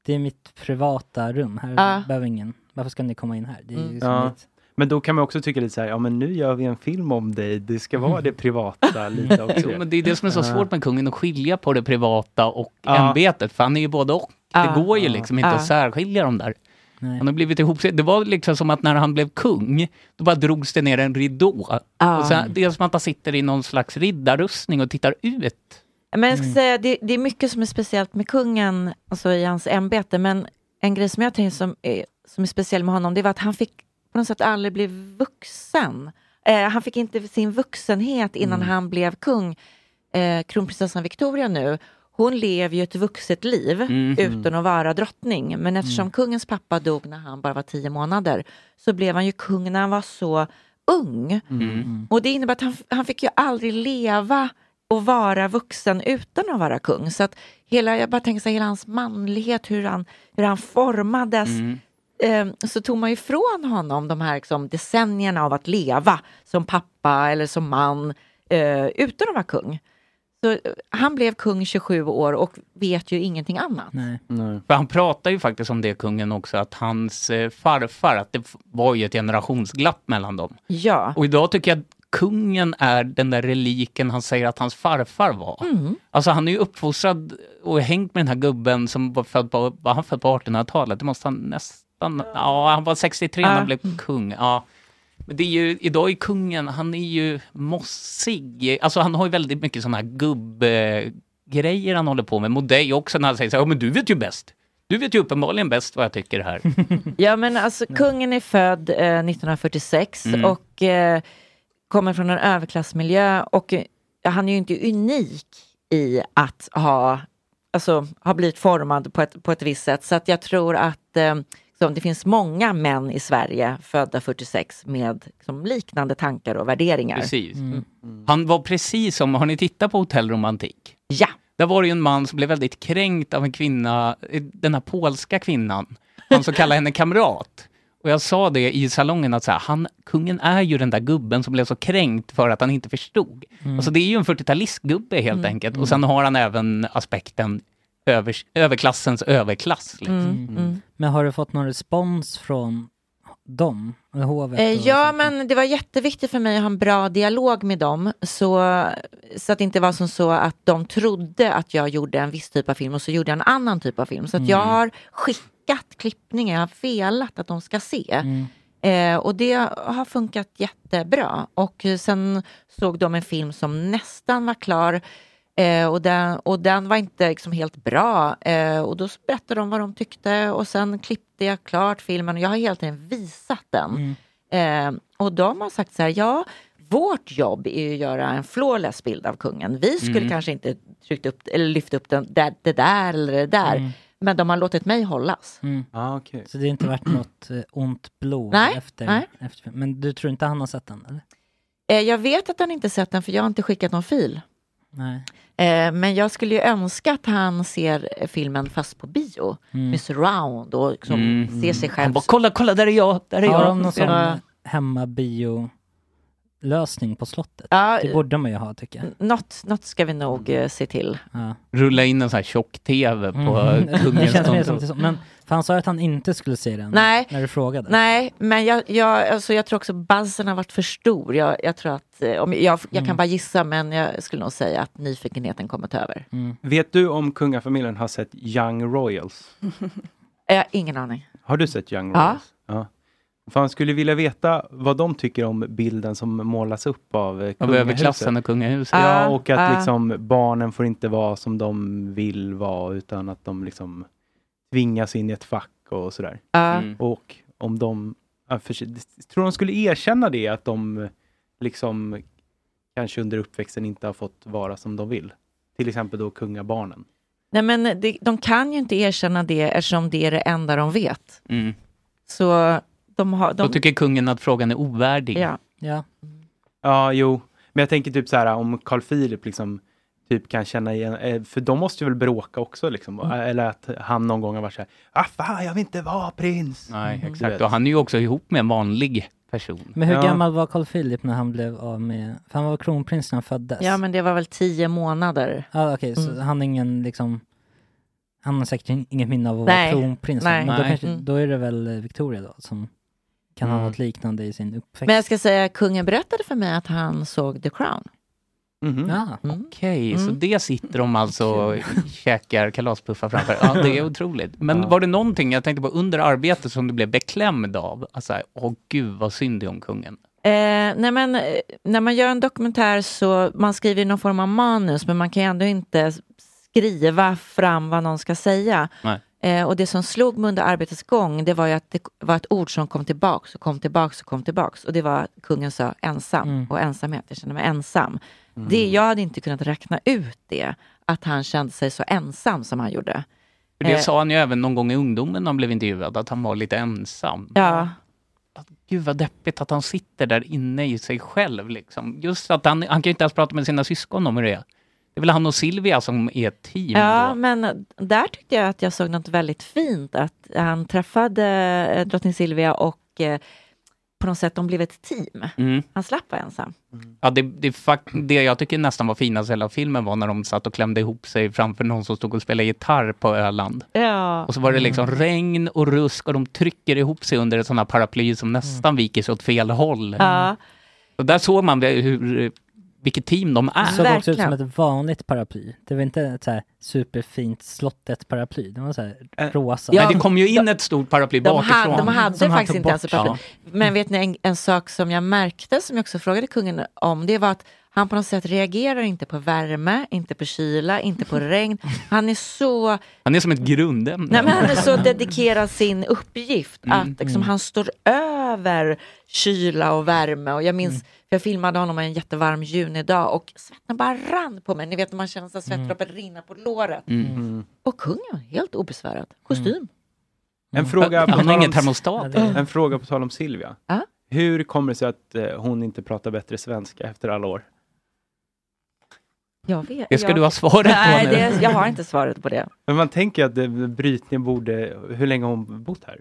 D: det är mitt privata rum, här
I: Ja.
D: behöver ingen, varför ska ni komma in här? Det är ju som
G: Mm. Ja.
D: ett,
G: Men då kan man också tycka lite så här, ja men nu gör vi en film om dig, det ska vara det privata lite också.
E: Jo, men det är det som är så
G: Ja.
E: svårt med kungen, att skilja på det privata och
G: Ja.
E: ämbetet. För han är ju både och.
G: Ja.
E: Det går ju
G: Ja.
E: liksom inte
G: Ja.
E: att särskilja dem där.
D: Nej.
E: Han har blivit ihop Det var liksom som att när han blev kung, då bara drogs det ner en ridå.
I: Ja.
E: Och sen, det är som att man sitter i någon slags riddarrustning och tittar ut. Mm.
I: Men jag ska säga, det, det är mycket som är speciellt med kungen, alltså i hans ämbete, men en grej som jag tänker som är, som är speciell med honom, det var att han fick på något sätt aldrig bli vuxen. Eh, han fick inte sin vuxenhet innan
L: Mm.
I: han blev kung. Eh, kronprinsessan Victoria nu, hon lever ju ett vuxet liv
L: Mm.
I: utan att vara drottning. Men eftersom kungens pappa dog när han bara var tio månader, så blev han ju kung när han var så ung. Och det innebär att han, han fick ju aldrig leva och vara vuxen utan att vara kung. Så att hela, jag bara tänker så här, hela hans manlighet, hur han, hur han formades. Eh, så tog man ju ifrån honom de här liksom, decennierna av att leva som pappa eller som man eh, utan att vara kung. Så eh, han blev kung 27 år och vet ju ingenting annat.
E: För han pratar ju faktiskt om det, kungen också, att hans eh, farfar, att det f- var ju ett generationsglapp mellan dem.
I: Ja.
E: Och idag tycker jag att kungen är den där reliken han säger att hans farfar var.
I: Mm.
E: Alltså han är ju uppfostrad och hängt med den här gubben som var född på, var han född på 1800-talet? Det måste han nästan, ja han var 63 när
I: Ah.
E: han blev kung. Ja. Men det är ju, idag är kungen, han är ju mossig. Alltså han har ju väldigt mycket sådana här gubbgrejer han håller på med. Mot dig också när han säger så här, ja men du vet ju bäst. Du vet ju uppenbarligen bäst vad jag tycker här.
I: Ja men alltså kungen är född eh, 1946
E: Mm.
I: och eh, kommer från en överklassmiljö och eh, han är ju inte unik i att ha, alltså, ha blivit formad på ett, på ett visst sätt. Så att jag tror att eh, liksom, det finns många män i Sverige födda 46 med liksom, liknande tankar och värderingar.
E: Precis.
C: Mm.
E: Han var precis som, har ni tittat på Hotell Romantik?
I: Ja.
E: Där var det ju en man som blev väldigt kränkt av en kvinna, eh, den här polska kvinnan. Han som kallar henne kamrat. Och jag sa det i salongen att så här, han, kungen är ju den där gubben som blev så kränkt för att han inte förstod.
C: Mm.
E: Alltså det är ju en 40-talistgubbe helt
C: Mm.
E: enkelt. Och sen har han även aspekten övers, överklassens överklass. Liksom.
D: Men har du fått någon respons från dem? Eller hovet?
I: Eh,
D: och- liksom?
I: Ja, men det var jätteviktigt för mig att ha en bra dialog med dem. Så, så att det inte var som så att de trodde att jag gjorde en viss typ av film och så gjorde jag en annan typ av film. Så att jag
L: Mm.
I: har skickat klippningar, jag har velat att de ska se. Eh, och det har funkat jättebra. Och eh, sen såg de en film som nästan var klar. Eh, och, den, och den var inte liksom helt bra. Eh, och då berättade de vad de tyckte och sen klippte jag klart filmen. Och jag har hela tiden visat den. Eh, och de har sagt så här, ja, vårt jobb är ju att göra en flawless bild av kungen. Vi skulle
L: Mm.
I: kanske inte tryckt upp, eller lyft upp den där, det där eller det där.
D: Mm.
I: Men de har låtit mig hållas.
D: Så det har inte varit något eh, ont blod
I: Nej,
D: efter,
I: nej.
D: efter... Men du tror inte han har sett den, eller?
I: Eh, jag vet att han inte sett den för jag har inte skickat någon fil.
D: Nej.
I: Eh, Men jag skulle ju önska att han ser eh, filmen fast på bio.
D: Mm.
I: Med surround och liksom
D: Mm.
I: ser sig själv.
D: Han bara,
E: kolla, kolla där är jag, där
D: Har de någon sån hemmabio-lösning på slottet?
I: Ja,
D: det borde man ju ha, tycker jag.
I: Något, något ska vi nog eh, se till.
D: Ja.
E: Rulla in en sån här tjock-tv på
D: Mm. Det
E: kungens
D: känns mer
E: kontor.
D: som till så. Men för han sa ju att han inte skulle se den
I: Nej.
D: när du frågade.
I: Nej, men jag, jag, alltså jag tror också buzzen har varit för stor. Jag, jag tror att, eh, om, jag, jag
G: Mm.
I: kan bara gissa men jag skulle nog säga att nyfikenheten kommer ta över.
E: Mm.
G: Vet du om kungafamiljen har sett Young Royals?
I: Eh, ingen aning.
G: Har du sett Young
I: Ja.
G: Royals? Ja. För han skulle vilja veta vad de tycker om bilden som målas upp av eh, kungahuset.
E: överklassen och kungahuset.
G: Ja,
E: Ah,
G: och att
E: ah.
G: liksom barnen får inte vara som de vill vara utan att de liksom tvingas in i ett fack och sådär.
I: Ja. Mm.
G: Och om de... ja, för, tror de skulle erkänna det, att de liksom kanske under uppväxten inte har fått vara som de vill? Till exempel då kungabarnen.
I: Nej men det, de kan ju inte erkänna det eftersom det är det enda de vet.
E: Mm.
I: Så de har... De,
E: Då tycker kungen att frågan är ovärdig.
I: ja.
D: Ja.
G: Ja, jo. Men jag tänker typ så här om Carl Philip liksom typ kan känna igen, eh, för de måste ju väl bråka också liksom,
I: Mm.
G: va? eller att han någon gång har varit så här, ah fan jag vill inte vara prins.
E: Nej,
G: Mm.
E: exakt. Och han är ju också ihop med en vanlig person.
D: Men hur
G: Ja.
D: gammal var Carl Philip när han blev av med... För han var kronprins när han föddes.
I: ja men det var väl tio månader.
D: Ja, okej, så
I: Mm.
D: han är ingen liksom... Han har säkert in- inget minne av att
I: Nej,
D: vara kronprins.
I: nej.
D: Men då,
I: Nej.
D: kanske,
I: Mm.
D: då är det väl eh, Victoria då som kan ha
I: Mm.
D: något liknande i sin uppväxt.
I: Men jag ska säga, kungen berättade för mig att han såg The Crown.
E: Mm.
D: Ja.
E: Okej, så
I: Mm.
E: det sitter de alltså och käkar kalaspuffar framför. Ja, det är otroligt. Men var det någonting jag tänkte på under arbetet som du blev beklämd av? Alltså, här, åh gud vad synd det är om kungen.
I: Eh, nej men, eh, när man gör en dokumentär så man skriver ju någon form av manus men man kan ju ändå inte skriva fram vad någon ska säga.
E: Nej.
I: Eh, och det som slog mig under arbetets gång det var ju att det var ett ord som kom tillbaks och kom tillbaks och kom tillbaks. Och det var att kungen sa ensam
E: Mm.
I: och ensamhet, jag kände mig ensam. Det, jag hade inte kunnat räkna ut det, att han kände sig så ensam som han gjorde.
E: För det
I: Eh,
E: sa han ju även någon gång i ungdomen när han blev intervjuad, att han var lite ensam.
I: Ja.
E: Gud vad deppigt att han sitter där inne i sig själv. Liksom. Just att han, han kan ju inte ens prata med sina syskon om hur det är. Det är väl han och Silvia som är ett team.
I: Ja, men där tyckte jag att jag såg något väldigt fint, att han träffade eh, drottning Silvia och eh, på något sätt de blev ett team.
E: Mm.
I: Han slapp vara ensam.
E: Ja, det, det, fak- det jag tycker nästan var finast i hela filmen var när de satt och klämde ihop sig framför någon som stod och spelade gitarr på Öland.
I: Ja.
E: Och så var
D: Mm.
E: det liksom regn och rusk och de trycker ihop sig under ett sånt här paraply som nästan viker sig åt fel håll.
I: Mm. Ja.
E: Och där såg man det, hur, vilket team de är.
D: Det såg också ut som ett vanligt paraply. Det var inte ett så här superfint slottet paraply. Det var så här rosa.
E: Nej, det kom ju in ett stort paraply
D: de
E: bakifrån.
D: hade-
I: De hade
D: Som han
I: faktiskt
D: tog
I: inte ens
D: bort.
I: ett papper.
D: Ja.
I: Men vet ni, en, en sak som jag märkte, som jag också frågade kungen om, det var att han på något sätt reagerar inte på värme, inte på kyla, inte på regn. Han är så,
E: Han är som ett grundämne.
I: nej, men han är så dedikerad sin uppgift,
E: Mm.
I: att liksom,
E: Mm.
I: han står över kyla och värme. Och jag
D: Mm.
E: Mm.
I: minns, för jag filmade honom en jättevarm junidag och svetten bara rann på mig. Ni vet när man känner att
E: Mm.
I: svettdroppen rinner på låret.
G: Mm.
I: Och kungen, helt obesvärad, kostym.
D: Mm.
G: En fråga,
I: Mm. Han
G: på
I: har
G: tal om-
I: ingen termostat.
G: en fråga på tal om Silvia.
I: Ja.
G: Hur kommer det sig att eh, hon inte pratar bättre svenska efter alla år?
I: Jag vet,
G: Det ska
I: jag...
G: du ha svaret på
I: nej,
G: nu.
I: Det, jag har inte svaret på det.
G: Men man tänker att eh, brytningen borde... Hur länge har hon bott här?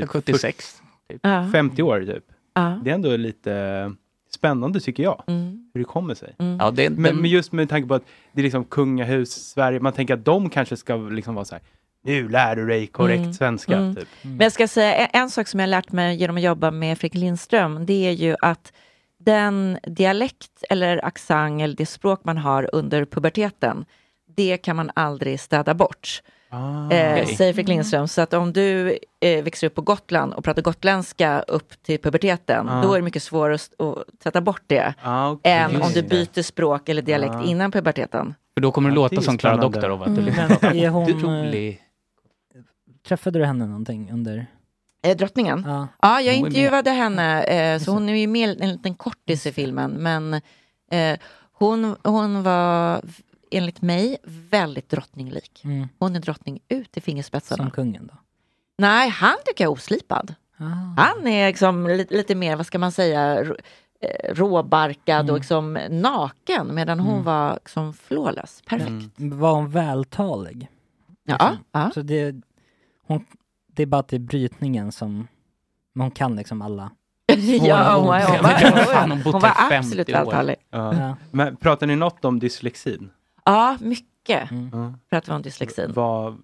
G: Typ
E: 76.
G: Typ
I: Ja.
G: 50 år typ.
I: Ja.
G: Det är ändå lite spännande tycker jag. Hur det kommer sig.
I: Mm.
E: Ja, det-
G: men, men just med tanke på att det är liksom kungahus, Sverige. Man tänker att de kanske ska liksom vara så här. Nu lär du dig korrekt
I: Mm.
G: svenska.
I: Mm.
G: Typ.
I: Men jag ska säga en, en sak som jag har lärt mig genom att jobba med Fredrik Lindström, det är ju att den dialekt eller accent eller det språk man har under puberteten, det kan man aldrig städa bort. Eh,
L: okej.
I: säger Fredrik
G: Mm.
I: Lindström, så att om du eh, växer upp på Gotland och pratar gotländska upp till puberteten,
L: Ah.
I: då är det mycket svårare att, st- att tvätta bort det,
G: Ah,
I: än om
E: Just
I: du
E: det.
I: byter språk eller dialekt
E: Ah.
I: innan puberteten.
E: För då kommer det
G: det är
E: låta som Klara
G: spännande.
E: Doktorov. att
I: Mm.
E: du-
D: Är hon, eh,
E: Du rolig.
D: Träffade du henne någonting under...
I: Eh, drottningen?
D: Ja.
I: Ja, jag
D: Hon är med.
I: intervjuade henne, eh, så hon är ju med i en liten kortis i filmen. Men eh, hon, hon var, enligt mig, väldigt drottninglik.
D: Mm.
I: Hon är drottning ut i fingerspetsarna.
D: Som kungen då? Ah.
I: Nej, han tycker jag är oslipad. Han är liksom li- lite mer, vad ska man säga, r- eh, råbarkad och liksom naken. Medan hon var liksom flawless, perfekt.
D: Mm. Var hon vältalig?
I: Ja,
D: Så det, hon, det är bara till brytningen som... Men hon kan liksom alla.
I: Ja, hon var- hon var-
D: Ja, men
I: hon var- hon var absolut vältalig.
G: Ja.
D: Ja.
G: Men pratar ni något om dyslexin?
I: Ja, mycket
G: Ja.
I: pratar vi om dyslexin.
G: Vad,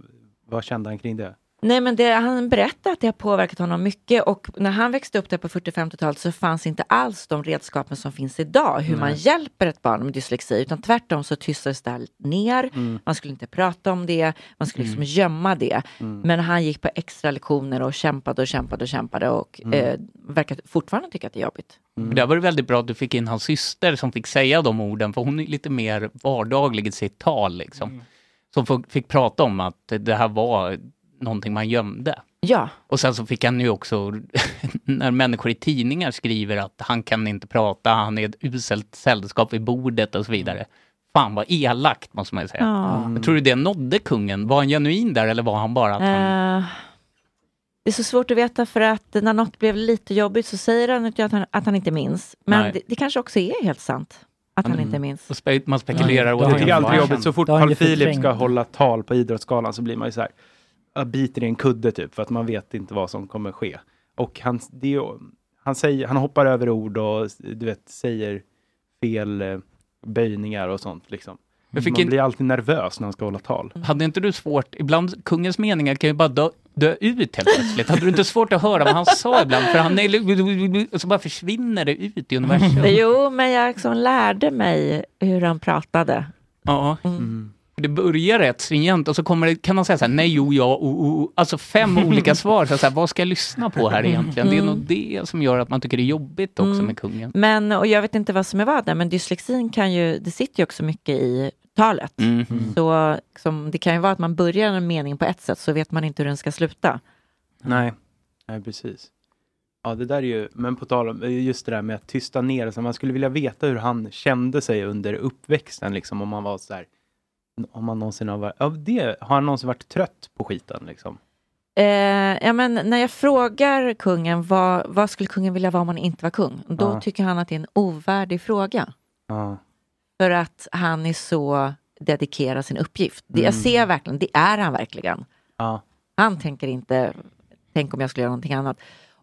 G: vad kände han kring det?
I: Nej, men det, han berättade att det har påverkat honom mycket och när han växte upp där på 40-50-talet så fanns inte alls de redskapen som finns idag, hur man
L: Nej.
I: hjälper ett barn med dyslexi, utan tvärtom så tystades det här ner,
L: Mm.
I: man skulle inte prata om det, man skulle liksom
L: Mm.
I: gömma det.
L: Mm.
I: Men han gick på extra lektioner och kämpade och kämpade och kämpade och
E: Mm.
I: eh, verkar fortfarande tycka att det är jobbigt.
E: Men Där var det väldigt bra att du fick in hans syster som fick säga de orden, för hon är lite mer vardaglig i sitt tal. Liksom.
D: Mm.
E: Som fick- fick prata om att det här var någonting man gömde.
I: Ja.
E: Och sen så fick han ju också, när människor i tidningar skriver att han kan inte prata, han är ett uselt sällskap vid bordet och så vidare. Fan vad elakt måste man ju säga.
I: Ja.
G: Mm.
E: Men Tror du det nådde kungen? Var han genuin där eller var han bara att han...
I: Eh, det är så svårt att veta för att när något blev lite jobbigt så säger han att han, att han inte minns. Men
E: Nej. Mm.
I: det, det kanske också är helt sant att han inte minns.
E: Och spe- Man spekulerar
G: Jag tycker
E: återigen.
G: alltid det är jobbigt, så fort
D: Då har han
G: Carl
D: ju
G: Philip
D: förträngt
G: ska
D: det.
G: hålla tal på Idrottsgalan så blir man ju så här, jag biter i en kudde typ, för att man vet inte vad som kommer ske. Och han, det, är ju- han, säger, han hoppar över ord och du vet, säger fel eh, böjningar och sånt. Liksom.
E: Jag fick
G: man
E: en-
G: blir alltid nervös när han ska hålla tal.
E: Hade inte du svårt, ibland, kungens meningar kan ju bara dö, dö ut helt plötsligt. Hade du inte svårt att höra vad han sa ibland? För han är, och så bara försvinner det ut i universum.
I: Jo, men jag liksom lärde mig hur han pratade.
E: Ja.
G: Mm.
E: För Det börjar rätt stringent och så kommer det, kan man säga så här, nej, jo, ja, o, o. Alltså fem olika svar. Så här, vad ska jag lyssna på här egentligen? Det är
G: Mm.
E: nog det som gör att man tycker det är jobbigt också med kungen.
I: Men, och jag vet inte vad som är vad där, men dyslexin kan ju, det sitter ju också mycket i talet.
E: Mhm.
I: Så liksom, det kan ju vara att man börjar en mening på ett sätt, så vet man inte hur den ska sluta.
G: Nej. Nej, precis. Ja, det där är ju, men på tal om just det där med att tysta ner, så man skulle vilja veta hur han kände sig under uppväxten, liksom om han var så här, om han någonsin har varit, av det, har han någonsin varit trött på skiten liksom?
I: Eh, ja, men när jag frågar kungen vad, vad skulle kungen vilja vara om han inte var kung, då
G: Ja.
I: tycker han att det är en ovärdig fråga.
G: Ja.
I: För att han är så dedikerad sin uppgift. Det, Jag
L: Mm.
I: ser verkligen, det är han verkligen.
G: Ja.
I: Han tänker inte, tänk om jag skulle göra någonting annat.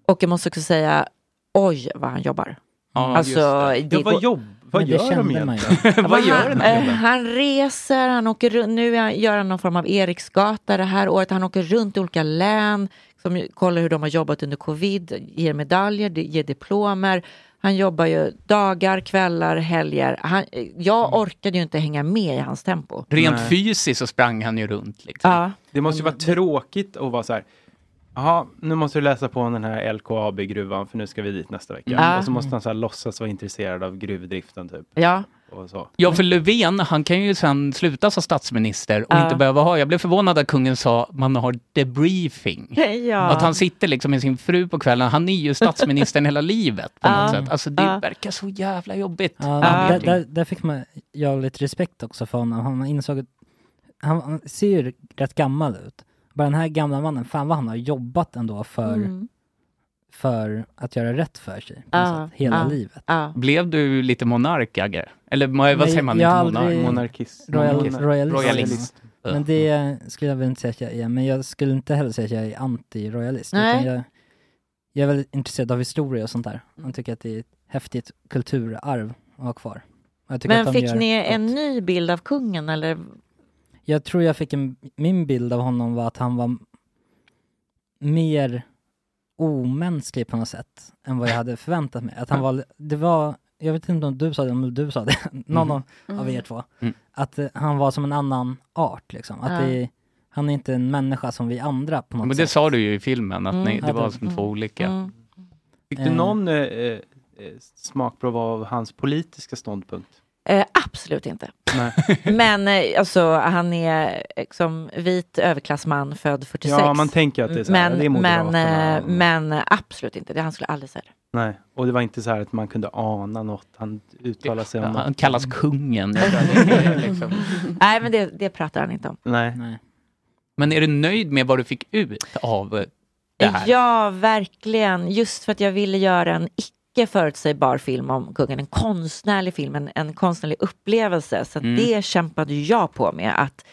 I: Och jag måste också säga, oj vad han jobbar. alltså, det
G: ja, vad,
I: går-
G: jobb, vad
I: Men det
G: gör de
I: kände man
G: egentligen?
I: Ja,
G: vad
I: men
G: gör
I: han,
G: den här
I: eh,
G: gubben?
I: han reser, han åker runt, nu är han- gör han någon form av Eriksgata det här året, han åker runt i olika län, som ju kollar hur de har jobbat under covid, ger medaljer, de- ger diplomer. Han jobbar ju dagar, kvällar, helger. Han, jag orkade ju inte hänga med i hans tempo.
E: Rent fysiskt så sprang han ju runt. Liksom.
G: Det måste ju vara tråkigt att vara så här. Jaha, nu måste du läsa på om den här LKAB-gruvan för nu ska vi dit nästa vecka.
I: Ja.
G: Och så måste han så här låtsas vara intresserad av gruvdriften typ.
I: Ja.
G: Och så.
E: Ja, för Löfven, han kan ju sen sluta som statsminister och
I: Ja.
E: inte behöva ha... Jag blev förvånad att kungen sa man har debriefing.
I: Ja.
E: Att han sitter liksom med sin fru på kvällen. Han är ju statsministern hela livet på
I: Ja.
E: något sätt. Alltså det
I: Ja.
E: verkar så jävla jobbigt.
D: Ja, där, där, där fick man jag lite respekt också för honom. Han insåg att han, han ser ju rätt gammal ut. Bara den här gamla mannen, fan vad han har jobbat ändå för,
I: Mm.
D: för att göra rätt för sig. på något
I: Ja,
D: sätt, hela
I: ja,
D: livet.
I: ja.
E: Blev du lite monark, Agge? Eller ma- vad
D: Nej,
E: säger man?
D: jag
E: Inte
D: har
E: monark?
D: aldrig-
G: Monarkist.
D: Royal,
E: Monarkist.
D: royalist.
E: Royalist.
D: Men det skulle jag väl inte säga att jag är. Men jag skulle inte heller säga att jag är anti-royalist.
I: Nej.
D: utan Jag, jag är väldigt intresserad av historia och sånt där. Jag tycker att det är ett häftigt kulturarv att ha kvar. Och Jag tycker att
I: Men
D: de
I: fick
D: gör
I: ni
D: gott.
I: en ny bild av kungen eller?
D: Jag tror jag fick en, min bild av honom var att han var m- mer omänsklig på något sätt än vad jag hade förväntat mig. Att han var, det var, jag vet inte om du sa det, om du sa det, någon av,
I: Mm.
D: av er två.
E: Mm.
D: Att eh, han var som en annan art liksom. Att
I: Ja.
D: det, han är inte en människa som vi andra på något
E: Men
D: sätt.
E: det sa du ju i filmen, att
D: Mm.
E: ni, det
D: Ja,
E: var
D: det-
E: som två
D: mm.
E: olika.
D: Mm.
G: Fick du
D: Eh.
G: någon eh, eh, smakprov av hans politiska ståndpunkt?
I: Eh, absolut inte.
G: Nej.
I: Men eh, alltså han är eh, som vit överklassman född 46.
G: Ja, man tänker att det är så här,
I: men,
G: det är
I: men,
G: Moderaterna.
I: eh, men eh, absolut inte, det han skulle aldrig säga det.
G: Nej, och det var inte så här att man kunde ana något. Han uttalade sig om
E: Ja,
G: något.
E: han kallas
D: Mm.
E: kungen. liksom.
I: Nej men det, det pratar han inte om.
G: Nej.
E: Men är du nöjd med vad du fick ut av eh, det här?
I: Ja, verkligen. Just för att jag ville göra en icke förutsägbar film om kungen. En konstnärlig film, en, en konstnärlig upplevelse. Så att
E: Mm.
I: det kämpade ju jag på med. Att,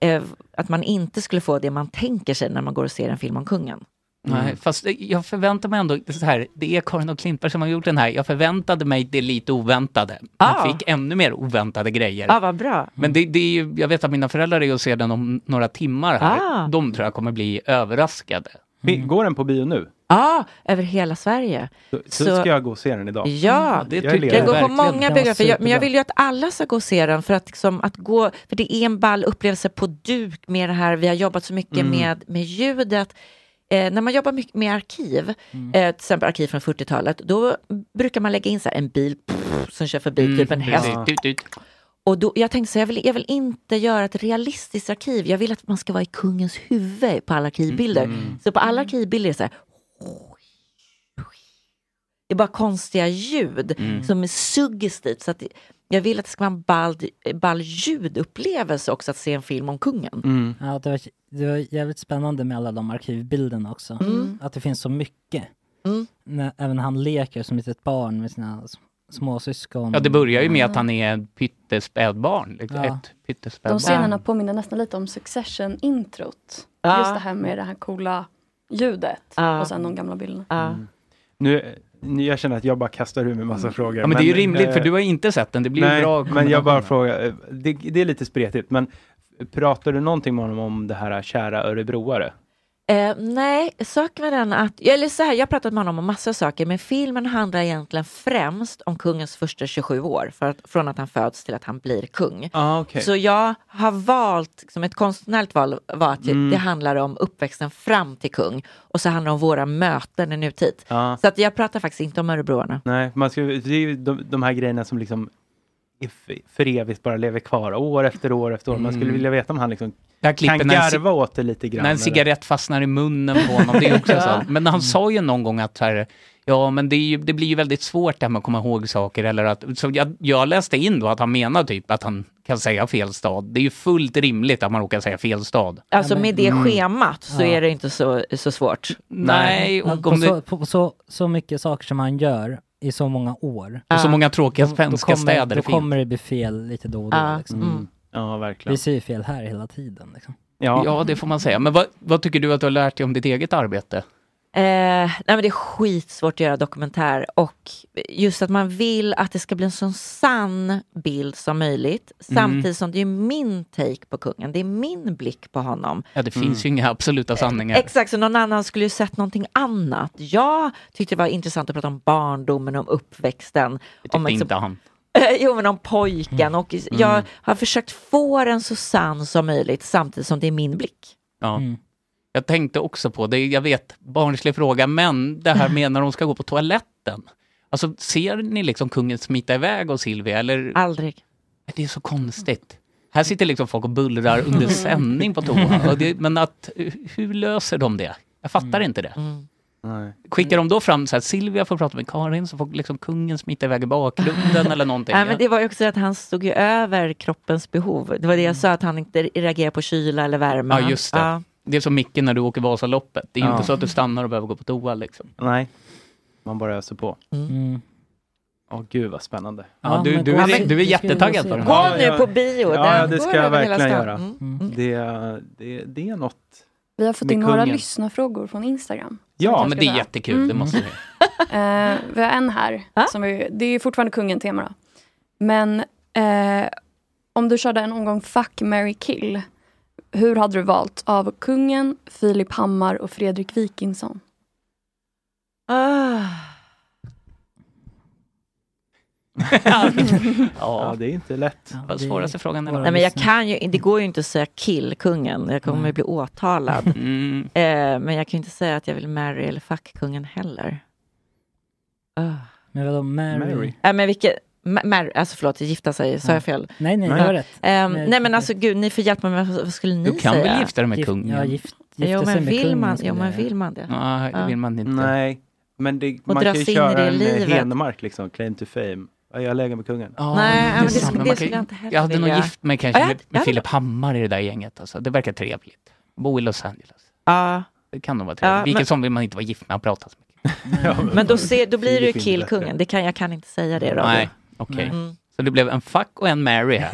I: eh, att man inte skulle få det man tänker sig när man går och ser en film om kungen. Mm.
E: Nej, fast eh, jag förväntar mig ändå, så här, det är Karin och Klimper som har gjort den här. Jag förväntade mig det lite oväntade.
I: Ah.
E: Jag fick ännu mer oväntade grejer.
I: Ja, vad bra.
E: Men det, det är ju, jag vet att mina föräldrar är och ser den om några timmar här.
I: Ah.
E: De tror jag kommer bli överraskade. Mm.
G: Vi- Går den på bio nu?
I: Ja, över hela Sverige.
G: Så, så ska jag gå och se den idag.
I: Ja,
G: Jag är
I: jag
G: ledig.
I: går på många
G: Den var
I: biografer. Jag, men jag
G: superbra.
I: vill ju att alla ska gå och se den. För, att, liksom, att gå, för det är en ball upplevelse på duk med det här. Vi har jobbat så mycket
L: Mm.
I: med, med ljudet. Eh, när man jobbar mycket med arkiv, eh, till exempel arkiv från 40-talet, då brukar man lägga in så här, en bil pff, som kör förbi,
D: Mm,
I: typ en häst.
E: Mm, Precis. Tut, tut.
I: Och då, jag tänkte så här, jag vill, jag vill inte göra ett realistiskt arkiv. Jag vill att man ska vara i kungens huvud på alla arkivbilder. Så på alla arkivbilder är det så här. Det är bara konstiga ljud som är suggestivt. Så att jag vill att det ska vara en ball, ball ljudupplevelse också att se en film om kungen.
D: Ja, det, var, det var jävligt spännande med alla de arkivbilderna också.
I: Mm.
D: Att det finns så mycket.
I: Mm.
D: När, även han leker som ett litet barn med sina s- småsyskon.
E: Ja, det börjar ju med att han är ett pyttespädbarn. liksom.
D: Ja.
E: Ett pyttespädbarn.
J: De scenerna påminner nästan lite om Succession-introt.
I: Ja.
J: Just det här med det här coola ljudet
I: Ja.
J: och sen de gamla bilderna.
G: Nu, nu, jag känner att jag bara kastar ur mig massa frågor.
E: Ja, men det är ju rimligt, för
I: eh,
E: du har inte sett den. Det blir ju
G: nej,
E: bra
G: men jag
E: kombinationer.
G: bara frågar. eh, Det, det är lite spretigt, men pratar du någonting med honom om det här kära örebroare?
I: Eh, nej, saken med den att, eller så här, jag har pratat med honom om massa saker, men filmen handlar egentligen främst om kungens första 27 år, för att, från att han föds till att han blir kung.
G: Ah, okej.
I: Så jag har valt, som ett konstnärligt val var att
G: Mm.
I: det handlar om uppväxten fram till kung, och så handlar det om våra möten i nutid.
G: Ja.
I: Så att jag pratar faktiskt inte om örebroarna.
G: Nej, man ska, det är ju de, de här grejerna som liksom är f- för evigt bara lever kvar år efter år efter år. Man skulle
E: Mm.
G: vilja veta om han liksom
E: Jag klipper
G: kan
E: när en ci-
G: garva åt det lite grann.
E: När en
G: eller?
E: cigarett fastnar i munnen på honom, det är också
G: Ja.
E: så. Men han sa ju någon gång att så här, ja men det, är ju, det blir ju väldigt svårt det här med att komma ihåg saker. Eller att, så jag, jag läste in då att han menar typ att han kan säga fel stad. Det är ju fullt rimligt att man råkar säga fel stad.
I: Alltså med det schemat så
E: Ja.
I: är det inte så, så svårt.
E: Nej,
D: Ja,
E: och
D: på
E: om
D: så,
E: det-
D: på så, så mycket saker som han gör i så många år.
E: Och så många tråkiga
D: Då-
E: svenska
D: då kommer,
E: städer
D: Då
E: det finns.
D: kommer det bli fel lite då och då.
E: Ja.
D: Liksom.
E: Mm.
G: Ja, verkligen.
D: Vi ser ju fel här hela tiden. Liksom.
E: Ja. det får man säga. Men vad, vad tycker du att du har lärt dig om ditt eget arbete?
I: Eh, nej men det är skitsvårt att göra dokumentär och just att man vill att det ska bli en sån sann bild som möjligt
E: Mm.
I: samtidigt som det är min take på kungen, det är min blick på honom.
E: Ja, det
D: Mm.
E: finns ju inga absoluta sanningar.
I: Exakt, så någon annan skulle ju sett någonting annat. Jag tyckte det var intressant att prata om barndomen, om uppväxten.
E: tyckte
I: om
E: inte han.
I: jo, men om pojken. Och jag
E: Mm.
I: har försökt få den så sann som möjligt samtidigt som det är min blick.
E: Ja.
I: Mm.
E: Jag tänkte också på det, jag vet, barnslig fråga, men det här med när de ska gå på toaletten. Alltså ser ni liksom kungen smita iväg och Silvia eller?
I: Aldrig.
E: Det är så konstigt. Här sitter liksom folk och bullrar
I: Mm.
E: under sändning på toa. Och det, men att, hur löser de det? Jag fattar
I: Mm.
E: inte det. Skickar de då fram så här, Silvia får prata med Karin så får liksom kungen smita iväg i bakgrunden eller någonting?
I: Nej, men det var ju också att han stod ju över kroppens behov. Det var det jag sa, att han inte reagerar på kyla eller värme.
E: Mm. Ja, just det.
I: Ja.
E: Det är som Micke när du åker Vasaloppet. Det är ju
G: Ja.
E: inte så att du stannar och behöver gå på toa liksom.
G: Nej, man bara öser på.
I: Mm.
G: Åh gud vad spännande.
E: Ja, Ja, du- men du gå- är- ja, men- du är vi ska ju jättetaggad gå på se den. den.
G: Ja,
I: Gå nu
G: ja.
I: på bio,
G: Ja, ja,
I: den
G: det
I: går
G: ska jag
I: över hela
G: verkligen
I: stan. Mm.
G: göra.
E: Mm.
G: Det, är- det, det är något.
J: Vi har fått
G: Med
J: in några
G: kungen.
J: lyssnarfrågor från Instagram.
G: Ja,
J: men det är
E: jättekul,
J: Mm.
E: det måste vi.
J: Eh, vi har en här. Som är, det är fortfarande kungen-tema. Då. Men eh, om du körde en omgång Fuck, Mary kill. Hur hade du valt av kungen, Filip Hammar och Fredrik Wikingsson?
I: Ah.
G: Ja. det är inte lätt.
E: Vad svåraste frågan är
I: Nej, men jag kan ju, det går ju inte att säga kill kungen, jag kommer ju bli åtalad.
E: Mm.
I: Eh, men jag kan ju inte säga att jag vill marry eller fuck kungen heller. Ah.
D: Men vadå, Mary?
I: Nej men vilket, ma- mar, alltså förlåt, gifta sig, sa
D: Ja.
I: jag fel?
D: Nej, nej,
I: Ja.
D: du har rätt.
I: Ehm,
D: Nej,
I: nej men alltså gud, ni får hjälpa mig, vad vad skulle ni
E: Du kan
I: säga?
E: väl gifta dig med Gift- kungen? ja, gift- gifta
I: jo,
E: sig
I: men
E: med
I: vill
E: kungen
I: Man,
E: skulle
I: jo
E: jag
I: men
E: säga.
I: vill man det?
E: Nej, det vill man inte.
G: Nej, men det,
I: Och
G: man kan
I: dras
G: ju
I: in i det
G: köra en eh,
I: livet.
G: Henemark liksom, claim to fame. Ja, Jag lägger med kungen.
E: Ja,
I: Nej, men det
E: sant.
I: skulle-
E: Man
I: det
E: kan-
I: skulle jag inte heller
E: Jag hade nog
I: vilja.
E: gift mig kanske
I: Ja, jag-
E: med,
I: jag
E: med
I: hade-
E: Filip Hammar i det där gänget. Alltså. Det verkar trevligt. Bo i Los Angeles.
I: Ja.
E: Det kan nog vara
I: Ja,
E: trevligt.
I: men-
E: Vilken som vill man inte vara gift med? Han pratar så mycket.
I: Men då, ser, då blir det ju
E: Filip är
I: kill
E: bättre.
I: kungen, det kan, jag kan inte säga det då.
E: Nej, okej.
I: Mm.
E: Så det blev en fuck och en Mary här.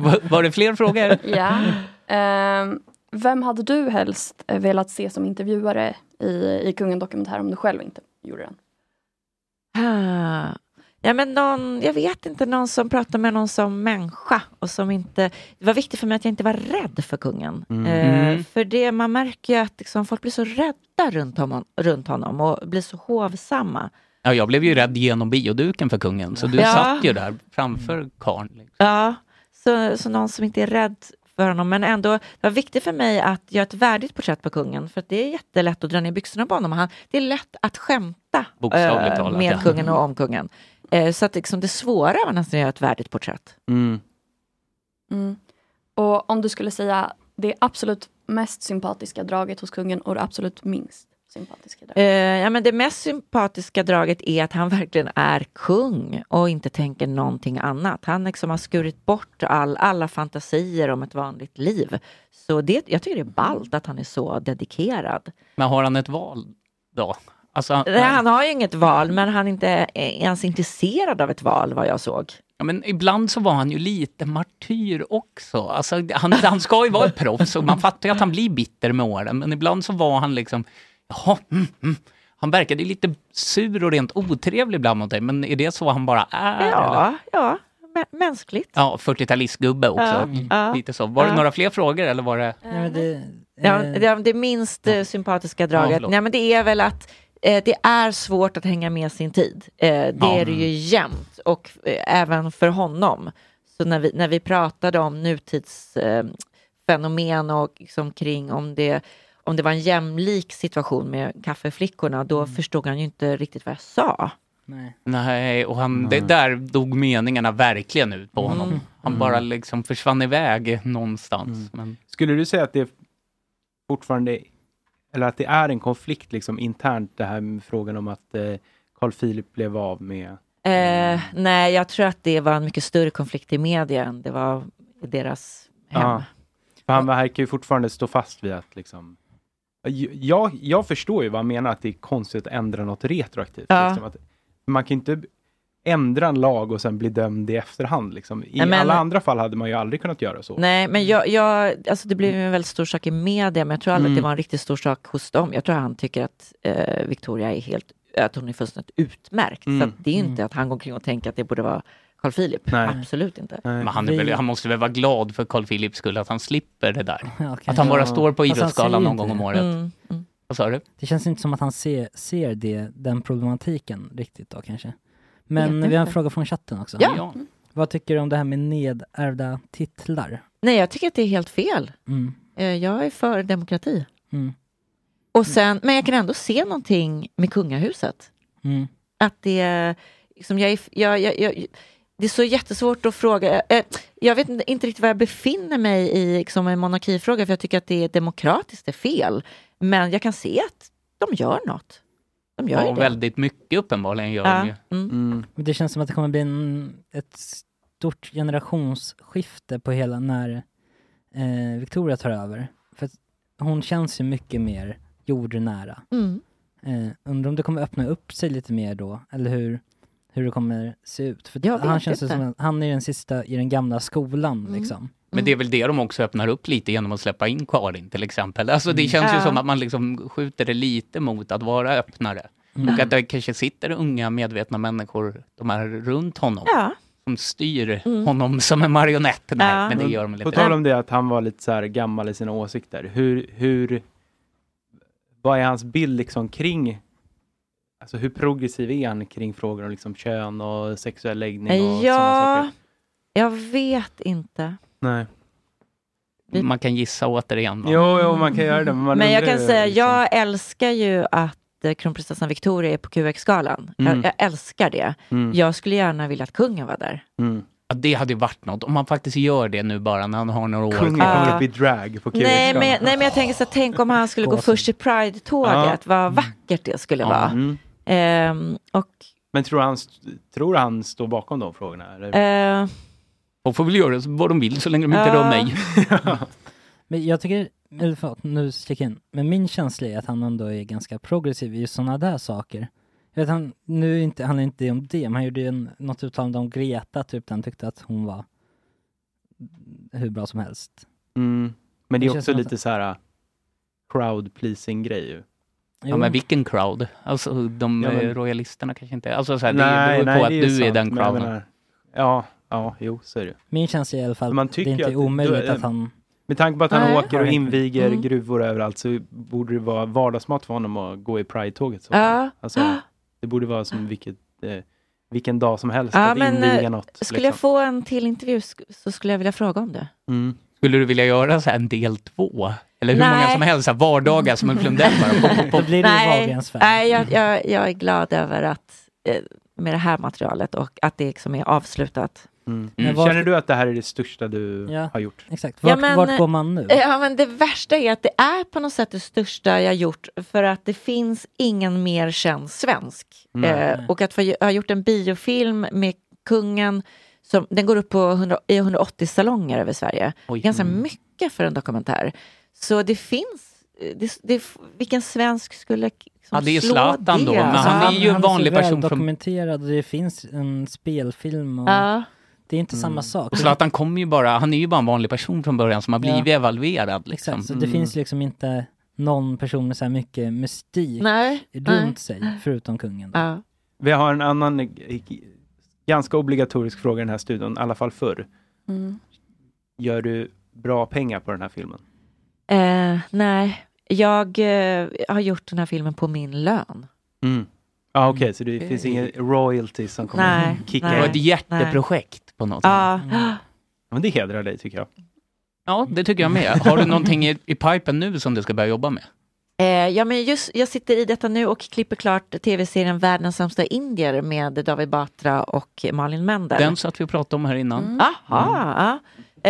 E: var, var det fler frågor?
J: Ja. Ehm, vem hade du helst eh, velat se som intervjuare i, i Kungen Dokumentär om du själv inte gjorde den?
I: Ah. Ja, men någon, jag vet inte, någon som pratar med någon som människa. Och som inte, det var viktigt för mig att jag inte var rädd för kungen.
L: Mm.
I: Eh,
L: Mm.
I: för det, man märker ju att liksom, folk blir så rädda runt honom, runt honom och blir så hovsamma.
E: Ja, jag blev ju rädd genom bioduken för kungen. Så du
I: Ja.
E: satt ju där framför karln. liksom.
I: Ja, så, så någon som inte är rädd för honom. Men ändå, det var viktigt för mig att göra ett värdigt porträtt på kungen. För att det är jättelätt att dra ner byxorna på honom. Han, det är lätt att skämta
E: Bokstavligt
I: eh,
E: talat,
I: med
E: ja.
I: kungen och om kungen. Eh, så att liksom, det svåra var nästan att göra ett värdigt porträtt.
J: Mm. Och om du skulle säga det absolut mest sympatiska draget hos kungen och det absolut minst sympatiska draget?
I: Eh, ja, men det mest sympatiska draget är att han verkligen är kung och inte tänker någonting annat. Han liksom har skurit bort all, alla fantasier om ett vanligt liv. Så det, jag tycker det är ballt att han är så dedikerad.
E: Men har han ett val då? Alltså, han-
I: Nej, han har ju inget val, men han är inte eh, ens intresserad av ett val vad jag såg.
E: Ja, men ibland så var han ju lite martyr också. Alltså, han, han ska ju vara ett proffs och man fattar ju att han blir bitter med åren. Men ibland så var han liksom, jaha, mm, mm. Han verkade ju lite sur och rent otrevlig ibland mot dig. Men är det så han bara är?
I: Ja,
E: eller?
I: ja, mä- mänskligt.
E: Ja, 40-talistgubbe också.
I: Ja,
E: Mm.
I: ja,
E: lite så. Var det
I: ja.
E: några fler frågor eller var det?
D: Nej, men det,
I: Ja,
D: eh,
I: det, det minst eh, sympatiska draget,
E: förlåt.
I: nej, men det är väl att eh, det är svårt att hänga med sin tid. Eh, det
E: Ja.
I: är det ju jämt och eh, även för honom. Så när vi, när vi pratade om nutidsfenomen eh, fenomen och liksom kring om det, om det var en jämlik situation med kaffeflickorna, då förstod han ju inte riktigt vad jag sa.
E: Nej, och han, Det, där dog meningarna verkligen ut på honom.
I: Mm.
E: Han bara liksom försvann iväg någonstans.
D: Mm.
E: Men...
G: Skulle du säga att det fortfarande, eller att det är en konflikt liksom internt, det här med frågan om att eh, Carl Philip blev av med...
I: Eh, nej, jag tror att det var en mycket större konflikt i media än det var i deras hem.
G: Ja. För han verkar ju fortfarande stå fast vid att liksom... Jag, jag förstår ju vad han menar, att det är konstigt att ändra något retroaktivt.
I: Ja.
G: Liksom att man kan ju inte ändra en lag och sen bli dömd i efterhand. Liksom. I
I: Nej, men-
G: alla andra fall hade man ju aldrig kunnat göra så.
I: Nej, men jag, jag, alltså det blev ju en väldigt stor sak i media, men jag tror aldrig att
G: Mm.
I: det var en riktigt stor sak hos dem. Jag tror han tycker att eh, Victoria är helt, att hon är fullständigt utmärkt. Så
E: Mm.
I: att det är ju inte att han går omkring och tänker att det borde vara Carl Philip. Absolut inte.
E: Men han, är väl, han måste väl vara glad för Carl Philips skull att han slipper det där.
D: okej.
E: Att han bara
D: Ja.
E: står på
D: Fast han säger
E: Idrottsgalan någon
D: inte
E: gång om
D: det.
E: året.
D: Mm,
E: Vad sa du?
D: Det känns inte som att han ser, ser det, den problematiken riktigt då kanske. Men
I: Vet
D: vi har en
I: inte.
D: fråga från chatten också.
I: Ja. Ja.
D: Vad tycker du om det här med nedärvda titlar?
I: Nej, jag tycker att det är helt fel.
D: Mm.
I: Eh, Jag är för demokrati.
D: Mm.
I: Och sen, men jag kan ändå se någonting med kungahuset.
D: Mm.
I: Att det, är- liksom jag, är- jag, jag, jag, det är så jättesvårt att fråga. Eh, Jag vet inte inte riktigt var jag befinner mig i liksom en monarkifråga, för jag tycker att det är demokratiskt, det är fel. Men jag kan se att de gör något. De gör ju
E: Ja,
I: det.
E: väldigt mycket uppenbarligen gör
I: Ja. Mm.
E: de ju.
G: Mm.
D: Men Det känns som att det kommer bli en, ett stort generationsskifte på hela när eh, Victoria tar över. För att hon känns ju mycket mer jordnära.
I: Mm.
D: Eh, undrar om det kommer öppna upp sig lite mer då, eller hur, hur det kommer se ut. För
I: Jag vet
D: han känns ju
I: inte.
D: som att han är den sista i den gamla skolan
I: Mm.
D: liksom.
E: Men det är väl det de också öppnar upp lite genom att släppa in Karin till exempel. Alltså det
D: Mm.
E: känns ju
D: Ja.
E: som att man liksom skjuter det lite mot att vara öppnare.
D: Mm.
E: Och att det kanske sitter unga medvetna människor, de här runt honom,
I: Ja.
E: som styr honom som en marionett. Nej,
I: Ja.
E: men det gör de lite.
G: På tal om det att han var lite så här gammal i sina åsikter. Hur, hur, vad är hans bild liksom kring, alltså hur progressiv är han kring frågor om liksom kön och sexuell läggning och sådana
I: Ja,
G: saker?
I: jag vet inte.
G: Nej.
E: Man kan gissa återigen. va?
G: Jo, jo, man kan göra det. Men, man
I: Men jag
G: undrar
I: kan
G: ju
I: säga,
G: liksom-
I: jag älskar ju att eh, kronprinsessan Victoria är på QX-galan.
E: Mm.
I: Jag, jag älskar det.
E: Mm.
I: Jag skulle gärna vilja att kungen var där.
E: Ja, det hade ju varit något, om man faktiskt gör det nu bara när han har några år
G: Kungen
I: kommer
G: upp i drag på
I: Nej men, nej, men jag tänker så här, tänk om han skulle gå
E: Gåsen.
I: först i Pride-tåget. Vad vackert det skulle vara.
G: Mm.
I: Ehm, och,
G: men tror han, st- tror han står bakom de frågorna? Eller?
I: eh,
E: De får väl göra vad de vill så länge de inte
G: Ja.
E: rör mig.
I: Eh.
D: Men jag tycker, eller förlåt, nu sticker jag in. Men min känsla är att han ändå är ganska progressiv i sådana där saker. Jag vet, han, nu är inte, handlar inte det om det, men han gjorde ju en, något uttalande om Greta, typ, där han tyckte att hon var hur bra som helst.
G: Mm. Men det
D: Det
G: är
D: känns
G: också
D: som att-
G: lite så här crowd pleasing grej ju.
E: Ja, men vilken crowd? Alltså de
G: Ja, men-
E: eh, royalisterna kanske inte... Alltså så här, det beror på att
G: det ju
E: du är
G: sant,
E: den
G: men jag
E: crowden.
G: menar- Ja, ja, jo, så är det ju.
D: Min känsla är i alla fall
G: Man
D: att det
G: tycker
D: inte
G: att
D: är omöjligt
G: då-
D: att han...
G: Med tanke på att han
D: Nej.
G: åker och inviger
D: Mm.
G: gruvor överallt så borde det vara vardagsmat för honom att gå i Pride-tåget. Så.
I: Ja.
G: Alltså, det borde vara som vilket, eh, vilken dag som helst
I: ja,
G: att
I: men,
G: inviga
I: eh,
G: något. liksom.
I: skulle
M: Liksom.
I: jag få en till intervju sk- så skulle jag vilja fråga om det.
G: Mm.
E: Skulle du vilja göra så här en del två? Eller hur
I: Nej.
E: många som helst, så här, vardagar som en flundell bara? Pop, pop, pop.
I: nej, nej jag, jag, jag är glad över att eh, med det här materialet och att det liksom är avslutat.
G: Mm.
D: Men
G: Mm.
D: var-
G: Känner du att det här är det största du
D: Ja,
G: har gjort?
D: Exakt. Vart,
I: Ja, men-
D: vart går man nu?
I: Eh, Ja, men det värsta är att det är på något sätt det största jag gjort för att det finns ingen mer känd svensk.
D: Nej.
I: Eh, och att få- jag har gjort en biofilm med kungen, som, den går upp på 100, i 180 salonger över Sverige.
E: Oj.
I: Ganska
E: Mm.
I: mycket för en dokumentär. Så det finns, eh, det, det, vilken svensk skulle k- liksom
E: Ja, det är
I: slå
E: Zlatan då,
I: det?
E: men han är ju en vanlig
D: Han är så
E: person från-
D: väldokumenterad och det finns en spelfilm och...
I: Ja.
D: Det är inte samma sak.
E: Och Zlatan kom ju bara, han är ju bara en vanlig person från början som har blivit
D: Ja.
E: evalverad. Liksom.
D: Exakt, så det finns liksom inte någon person med så här mycket mystik
I: Nej,
D: runt
I: nej.
D: sig, förutom kungen.
I: Ja.
G: Vi har en annan eh, ganska obligatorisk fråga i den här studion, i alla fall förr.
I: Mm.
G: Gör du bra pengar på den här filmen?
I: Eh, nej, jag eh, har gjort den här filmen på min lön.
G: Mm. ah, okej, så det finns ingen royalties som kommer
I: Nej,
G: att kicka
I: nej,
G: in?
I: Det var ett
E: jätteprojekt på något
I: Ja.
E: Mm.
G: Men det hedrar dig tycker jag.
E: Ja, det tycker jag med. Har du någonting i, i pipen nu som du ska börja jobba med?
I: Eh, ja, men just, jag sitter i detta nu och klipper klart tv-serien Världens sämsta indier med David Batra och Malin Mender.
E: Den satt vi och pratade om här innan.
I: Mm. Aha, ja.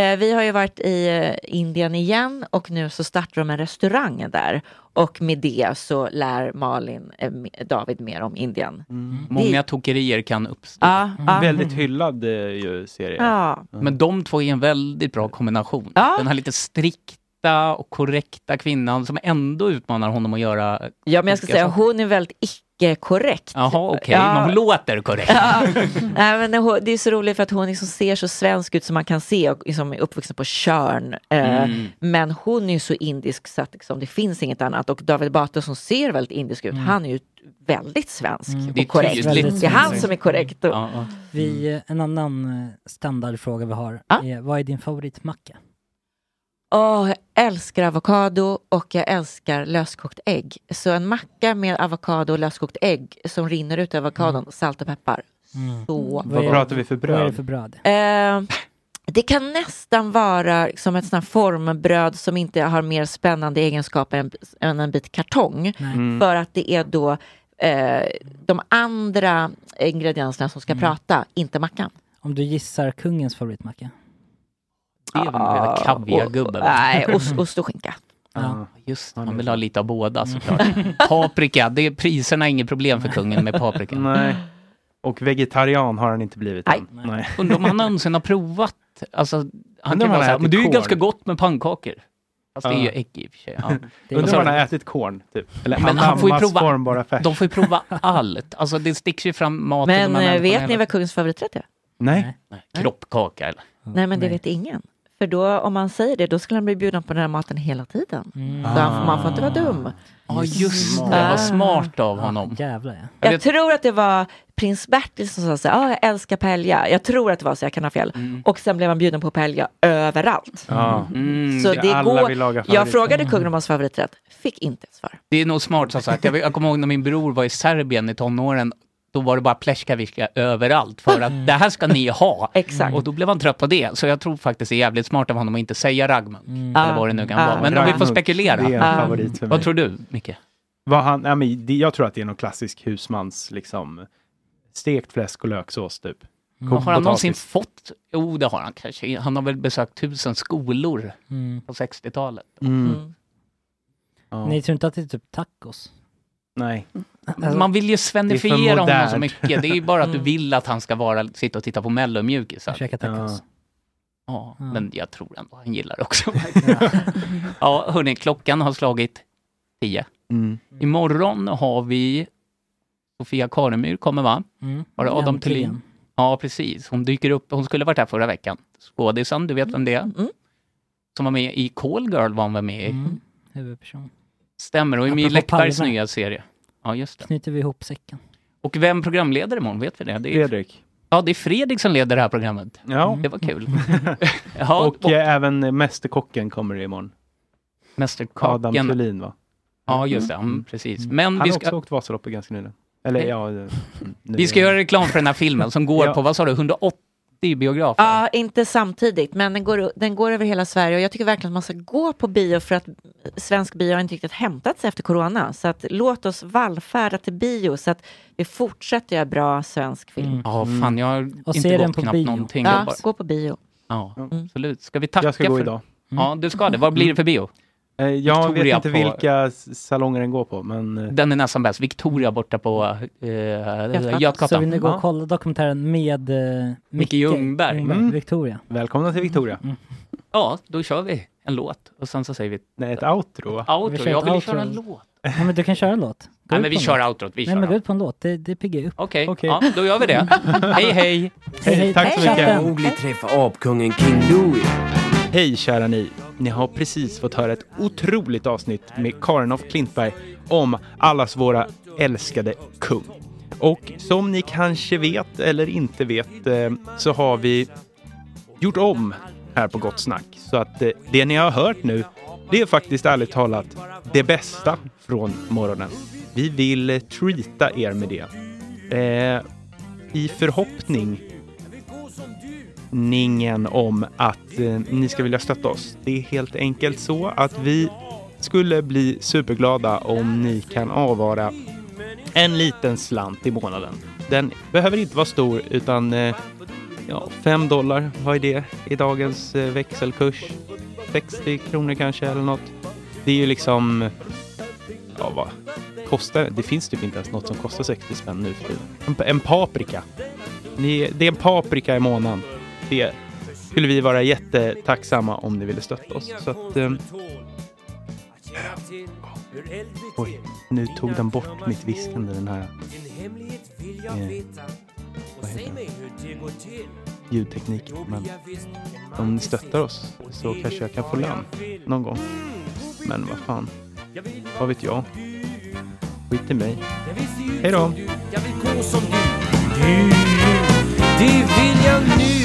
I: Eh, vi har ju varit i eh, Indien igen och nu så startar de en restaurang där. Och med det så lär Malin eh, David mer om Indien.
E: Mm. Många tokerier kan uppstå.
I: Ja, ja.
G: Väldigt hyllad eh, ju, serie.
I: Ja.
E: Men de två är en väldigt bra kombination. Den här lite strikta och korrekta kvinnan som ändå utmanar honom att göra...
I: Ja, men jag ska
E: olika
I: säga
E: saker.
I: hon är väldigt korrekt.
E: Jaha, okej.
I: Ja.
E: Men hon låter korrekt.
I: Ja. Nej, men det, hon- det är så roligt för att hon liksom ser så svensk ut som man kan se och liksom är uppvuxen på Tjörn. Eh,
E: Mm.
I: Men hon är ju så indisk så att liksom, det finns inget annat. Och David Batra som ser väldigt indisk ut,
D: Mm.
I: han är ju väldigt svensk
D: Det är
I: och korrekt.
D: tydligt.
I: Det är han som är korrekt. Och,
D: Vi,
G: Mm.
D: eh, en annan eh, standardfråga vi har är, vad är din favoritmacka?
I: Åh, jag älskar avokado och jag älskar löskokt ägg. Så en macka med avokado och löskokt ägg som rinner ut över avokadon,
D: Mm.
I: salt och peppar. Så
G: Vad
I: gott.
G: pratar vi för bröd?
D: Vad är det för bröd?
I: Eh, det kan nästan vara liksom ett sånt här formbröd som inte har mer spännande egenskaper än, än en bit kartong.
L: Mm.
I: För att det är då eh, de andra ingredienserna som ska
E: Mm.
I: prata, inte mackan.
D: Om du gissar kungens favoritmacka?
E: Det är väl den
D: Ah.
E: där kaviargubben? va?
I: Nej, ost, ost och skinka.
E: Ja, just det. Man vill ha lite av båda såklart. Paprika, det är, priserna är inget problem för kungen med paprika.
G: Nej. Och vegetarian har han inte blivit än. Nej.
E: Undrar om han någonsin har provat. Alltså, han
G: Undrar
E: kan
G: om
E: vara
G: han
E: såhär,
G: ätit
E: men det är ju
G: korn."
E: ganska gott med pannkakor. Fast det är ju
G: Ja.
E: ägg i och för sig. Ja.
G: Undrar om han har ätit korn, typ. Eller
E: Men han får ju
G: anammas
E: prova-
G: formbara färs.
E: De får ju prova allt. Alltså det sticks ju fram maten.
I: Men
E: och man
I: eh,
E: äter
I: vet
E: den
I: ni
E: hela-
I: vad kungens favoriträtt är?
G: Nej.
E: Kroppkaka eller?
I: Nej, men det vet ingen. För då, om man säger det, då skulle han bli bjuden på den här maten hela tiden.
E: Mm.
I: Så han, man får inte vara
E: Ah.
I: dum.
E: Ja just det, Mm. vad smart av honom.
D: Jävlar ja.
I: Jag tror att det var prins Bertil som sa så här, ah, jag älskar paella. Jag tror att det var så, jag kan ha fel. Och sen blev han bjuden på paella överallt.
G: Ja.
E: Mm.
I: Så
E: Det
I: det
E: alla
I: går.
E: vill laga
I: Jag
E: favoriträtt.
I: frågade kungen om hans favoriträtt, fick inte ett svar.
E: Det är nog smart som sagt. Jag, vet- jag kommer ihåg när min bror var i Serbien i tonåren. Då var det bara pleskaviska överallt för att det här ska ni ha.
I: Exakt.
E: Och då blev han trött på det. Så jag tror faktiskt det är jävligt smart av honom att inte säga raggmunk. Eller vad det nu kan
G: Ah.
E: vara. Men om vi får
G: Raggmunk,
E: spekulera.
G: det är en
E: Ah.
G: favorit för
E: Vad
G: mig.
E: tror du, Micke?
G: Vad han, ja, men det, jag tror att det är någon klassisk husmans, liksom, stekt fläsk och löksås, typ. Kokt
E: Mm. Har han
G: potatis.
E: någonsin fått? Jo, det har han kanske. Han har väl besökt tusen skolor
D: Mm.
E: på 60-talet.
G: Mm.
E: Mm.
I: Mm.
D: Ni tror inte att det är typ tacos?
G: Nej.
D: Alltså-
E: Man vill ju
D: Det är
E: svenifiera
D: för
E: honom
D: modernt.
E: så mycket. Det är ju bara att du
D: Mm.
E: vill att han ska vara, sitta och titta på mellomjukisar.
D: Käka tacos.
E: Ja,
D: Ja.
E: men jag tror ändå han gillar det också. ja, hörni, klockan har slagit tio.
G: Mm.
E: Imorgon har vi Sofia Karemyr kommer va?
D: Mm.
E: Var det Adam
D: Äntligen.
E: Thulin? Ja, precis. Hon dyker upp. Hon skulle varit här förra veckan. Skådisen, du
D: Mm.
E: vet vem det är?
I: Mm.
E: Som var med i Call Girl var hon väl med i?
D: Mm. Huvudperson.
E: Stämmer, och i My
D: Apropå
E: Läckbergs
D: Palme.
E: nya serie. Ja, just det.
D: Knyter vi ihop säcken.
E: Och vem programleder imorgon? Vet vi det? det är...
G: Fredrik.
E: Ja, det är Fredrik som leder det här programmet.
G: Ja.
E: Det var kul. ja,
G: och eh, även eh, Mästerkocken kommer imorgon.
E: Mästerkocken.
G: Adam Thulin, va?
E: Ja, just det.
G: Mm.
E: Mm, precis. Men
G: han
E: vi
G: har
E: ska...
G: också åkt Vasaloppet ganska nyligen. Eller
E: Nej.
G: ja... eh, mm, nu
E: Vi ska
G: är-
E: göra reklam för den här filmen som går
G: Ja.
E: på, vad sa du, 180 biografer?
I: Ja, inte samtidigt, men den går, den går över hela Sverige och jag tycker verkligen att man ska gå på bio för att svensk bio har inte riktigt hämtat sig efter corona. Så att låt oss vallfärda till bio så att vi fortsätter göra bra svensk film.
E: Mm. Ja,
G: Mm.
E: fan jag har
I: Och
E: inte
I: se
E: gått
I: den på
E: knappt
I: bio.
E: någonting.
I: Ja,
E: Jag bara-
I: gå Mm. på bio.
E: Ja, absolut. Ska vi tacka
G: Jag ska gå
E: för...
G: idag.
E: Ja, du ska det. Vad blir det för bio?
G: Eh, Jag vet
E: Victoria
G: inte
E: på-
G: vilka s- salonger den går på, men... eh,
E: Den är nästan bäst. Victoria borta på eh, Götgatan.
D: Så vill ni gå
E: Ja.
D: och kolla dokumentären med eh,
E: Micke Ljungberg. Mm.
D: Victoria. Mm.
G: Välkomna till Victoria.
E: Ja, då kör vi en låt och sen så säger vi...
G: Nej, ett outro.
E: Outro.
D: Vi kör
E: jag
D: ett
E: vill
D: outro.
E: köra en låt.
D: Ja, men du kan köra en låt. Gå
E: Nej,
D: ut
E: men vi
D: på en
E: kör
D: låt.
E: outrot. Vi
D: Nej,
E: kör
D: men gå ut på en låt. Det, det piggar upp.
E: Okej, ja, då gör vi det. hej, hej!
D: Hej, hej. Tack så mycket. Chatten.
G: Mowgli träffar apkungen King Louie. Hej kära ni! Ni har precis fått höra ett otroligt avsnitt med Karin af Klintberg om allas våra älskade kung. Och som ni kanske vet eller inte vet eh, så har vi gjort om här på Gott Snack. Så att eh, det ni har hört nu, det är faktiskt ärligt talat det bästa från morgonen. Vi vill eh, treata er med det. Eh, I förhoppning ningen om att eh, ni ska vilja stötta oss. Det är helt enkelt så att vi skulle bli superglada om ni kan avvara en liten slant i månaden. Den behöver inte vara stor utan eh, ja, 5 dollar, vad är det i dagens eh, växelkurs? 60 kronor kanske eller något. Det är ju liksom, ja vad kostar, det finns typ inte ens något som kostar 60 spänn nu för tiden. En, en paprika. Ni, det är en paprika i månaden. Det skulle vi vara jättetacksamma om ni ville stötta oss. Så att, eh, Oj, nu tog den bort mitt viskande den här
F: En hemlighet vill jag
G: Eh,
F: veta. Och
G: vad heter
F: säg
G: den?
F: mig hur det går till.
G: ljudtekniken. Men om ni stöttar oss så kanske jag kan få lön någon gång. Men vad fan, vad vet jag? Skit i mig.
F: Jag vill se ut
G: Hej då!
F: som du. Jag vill gå som du. Du, det vill jag nu.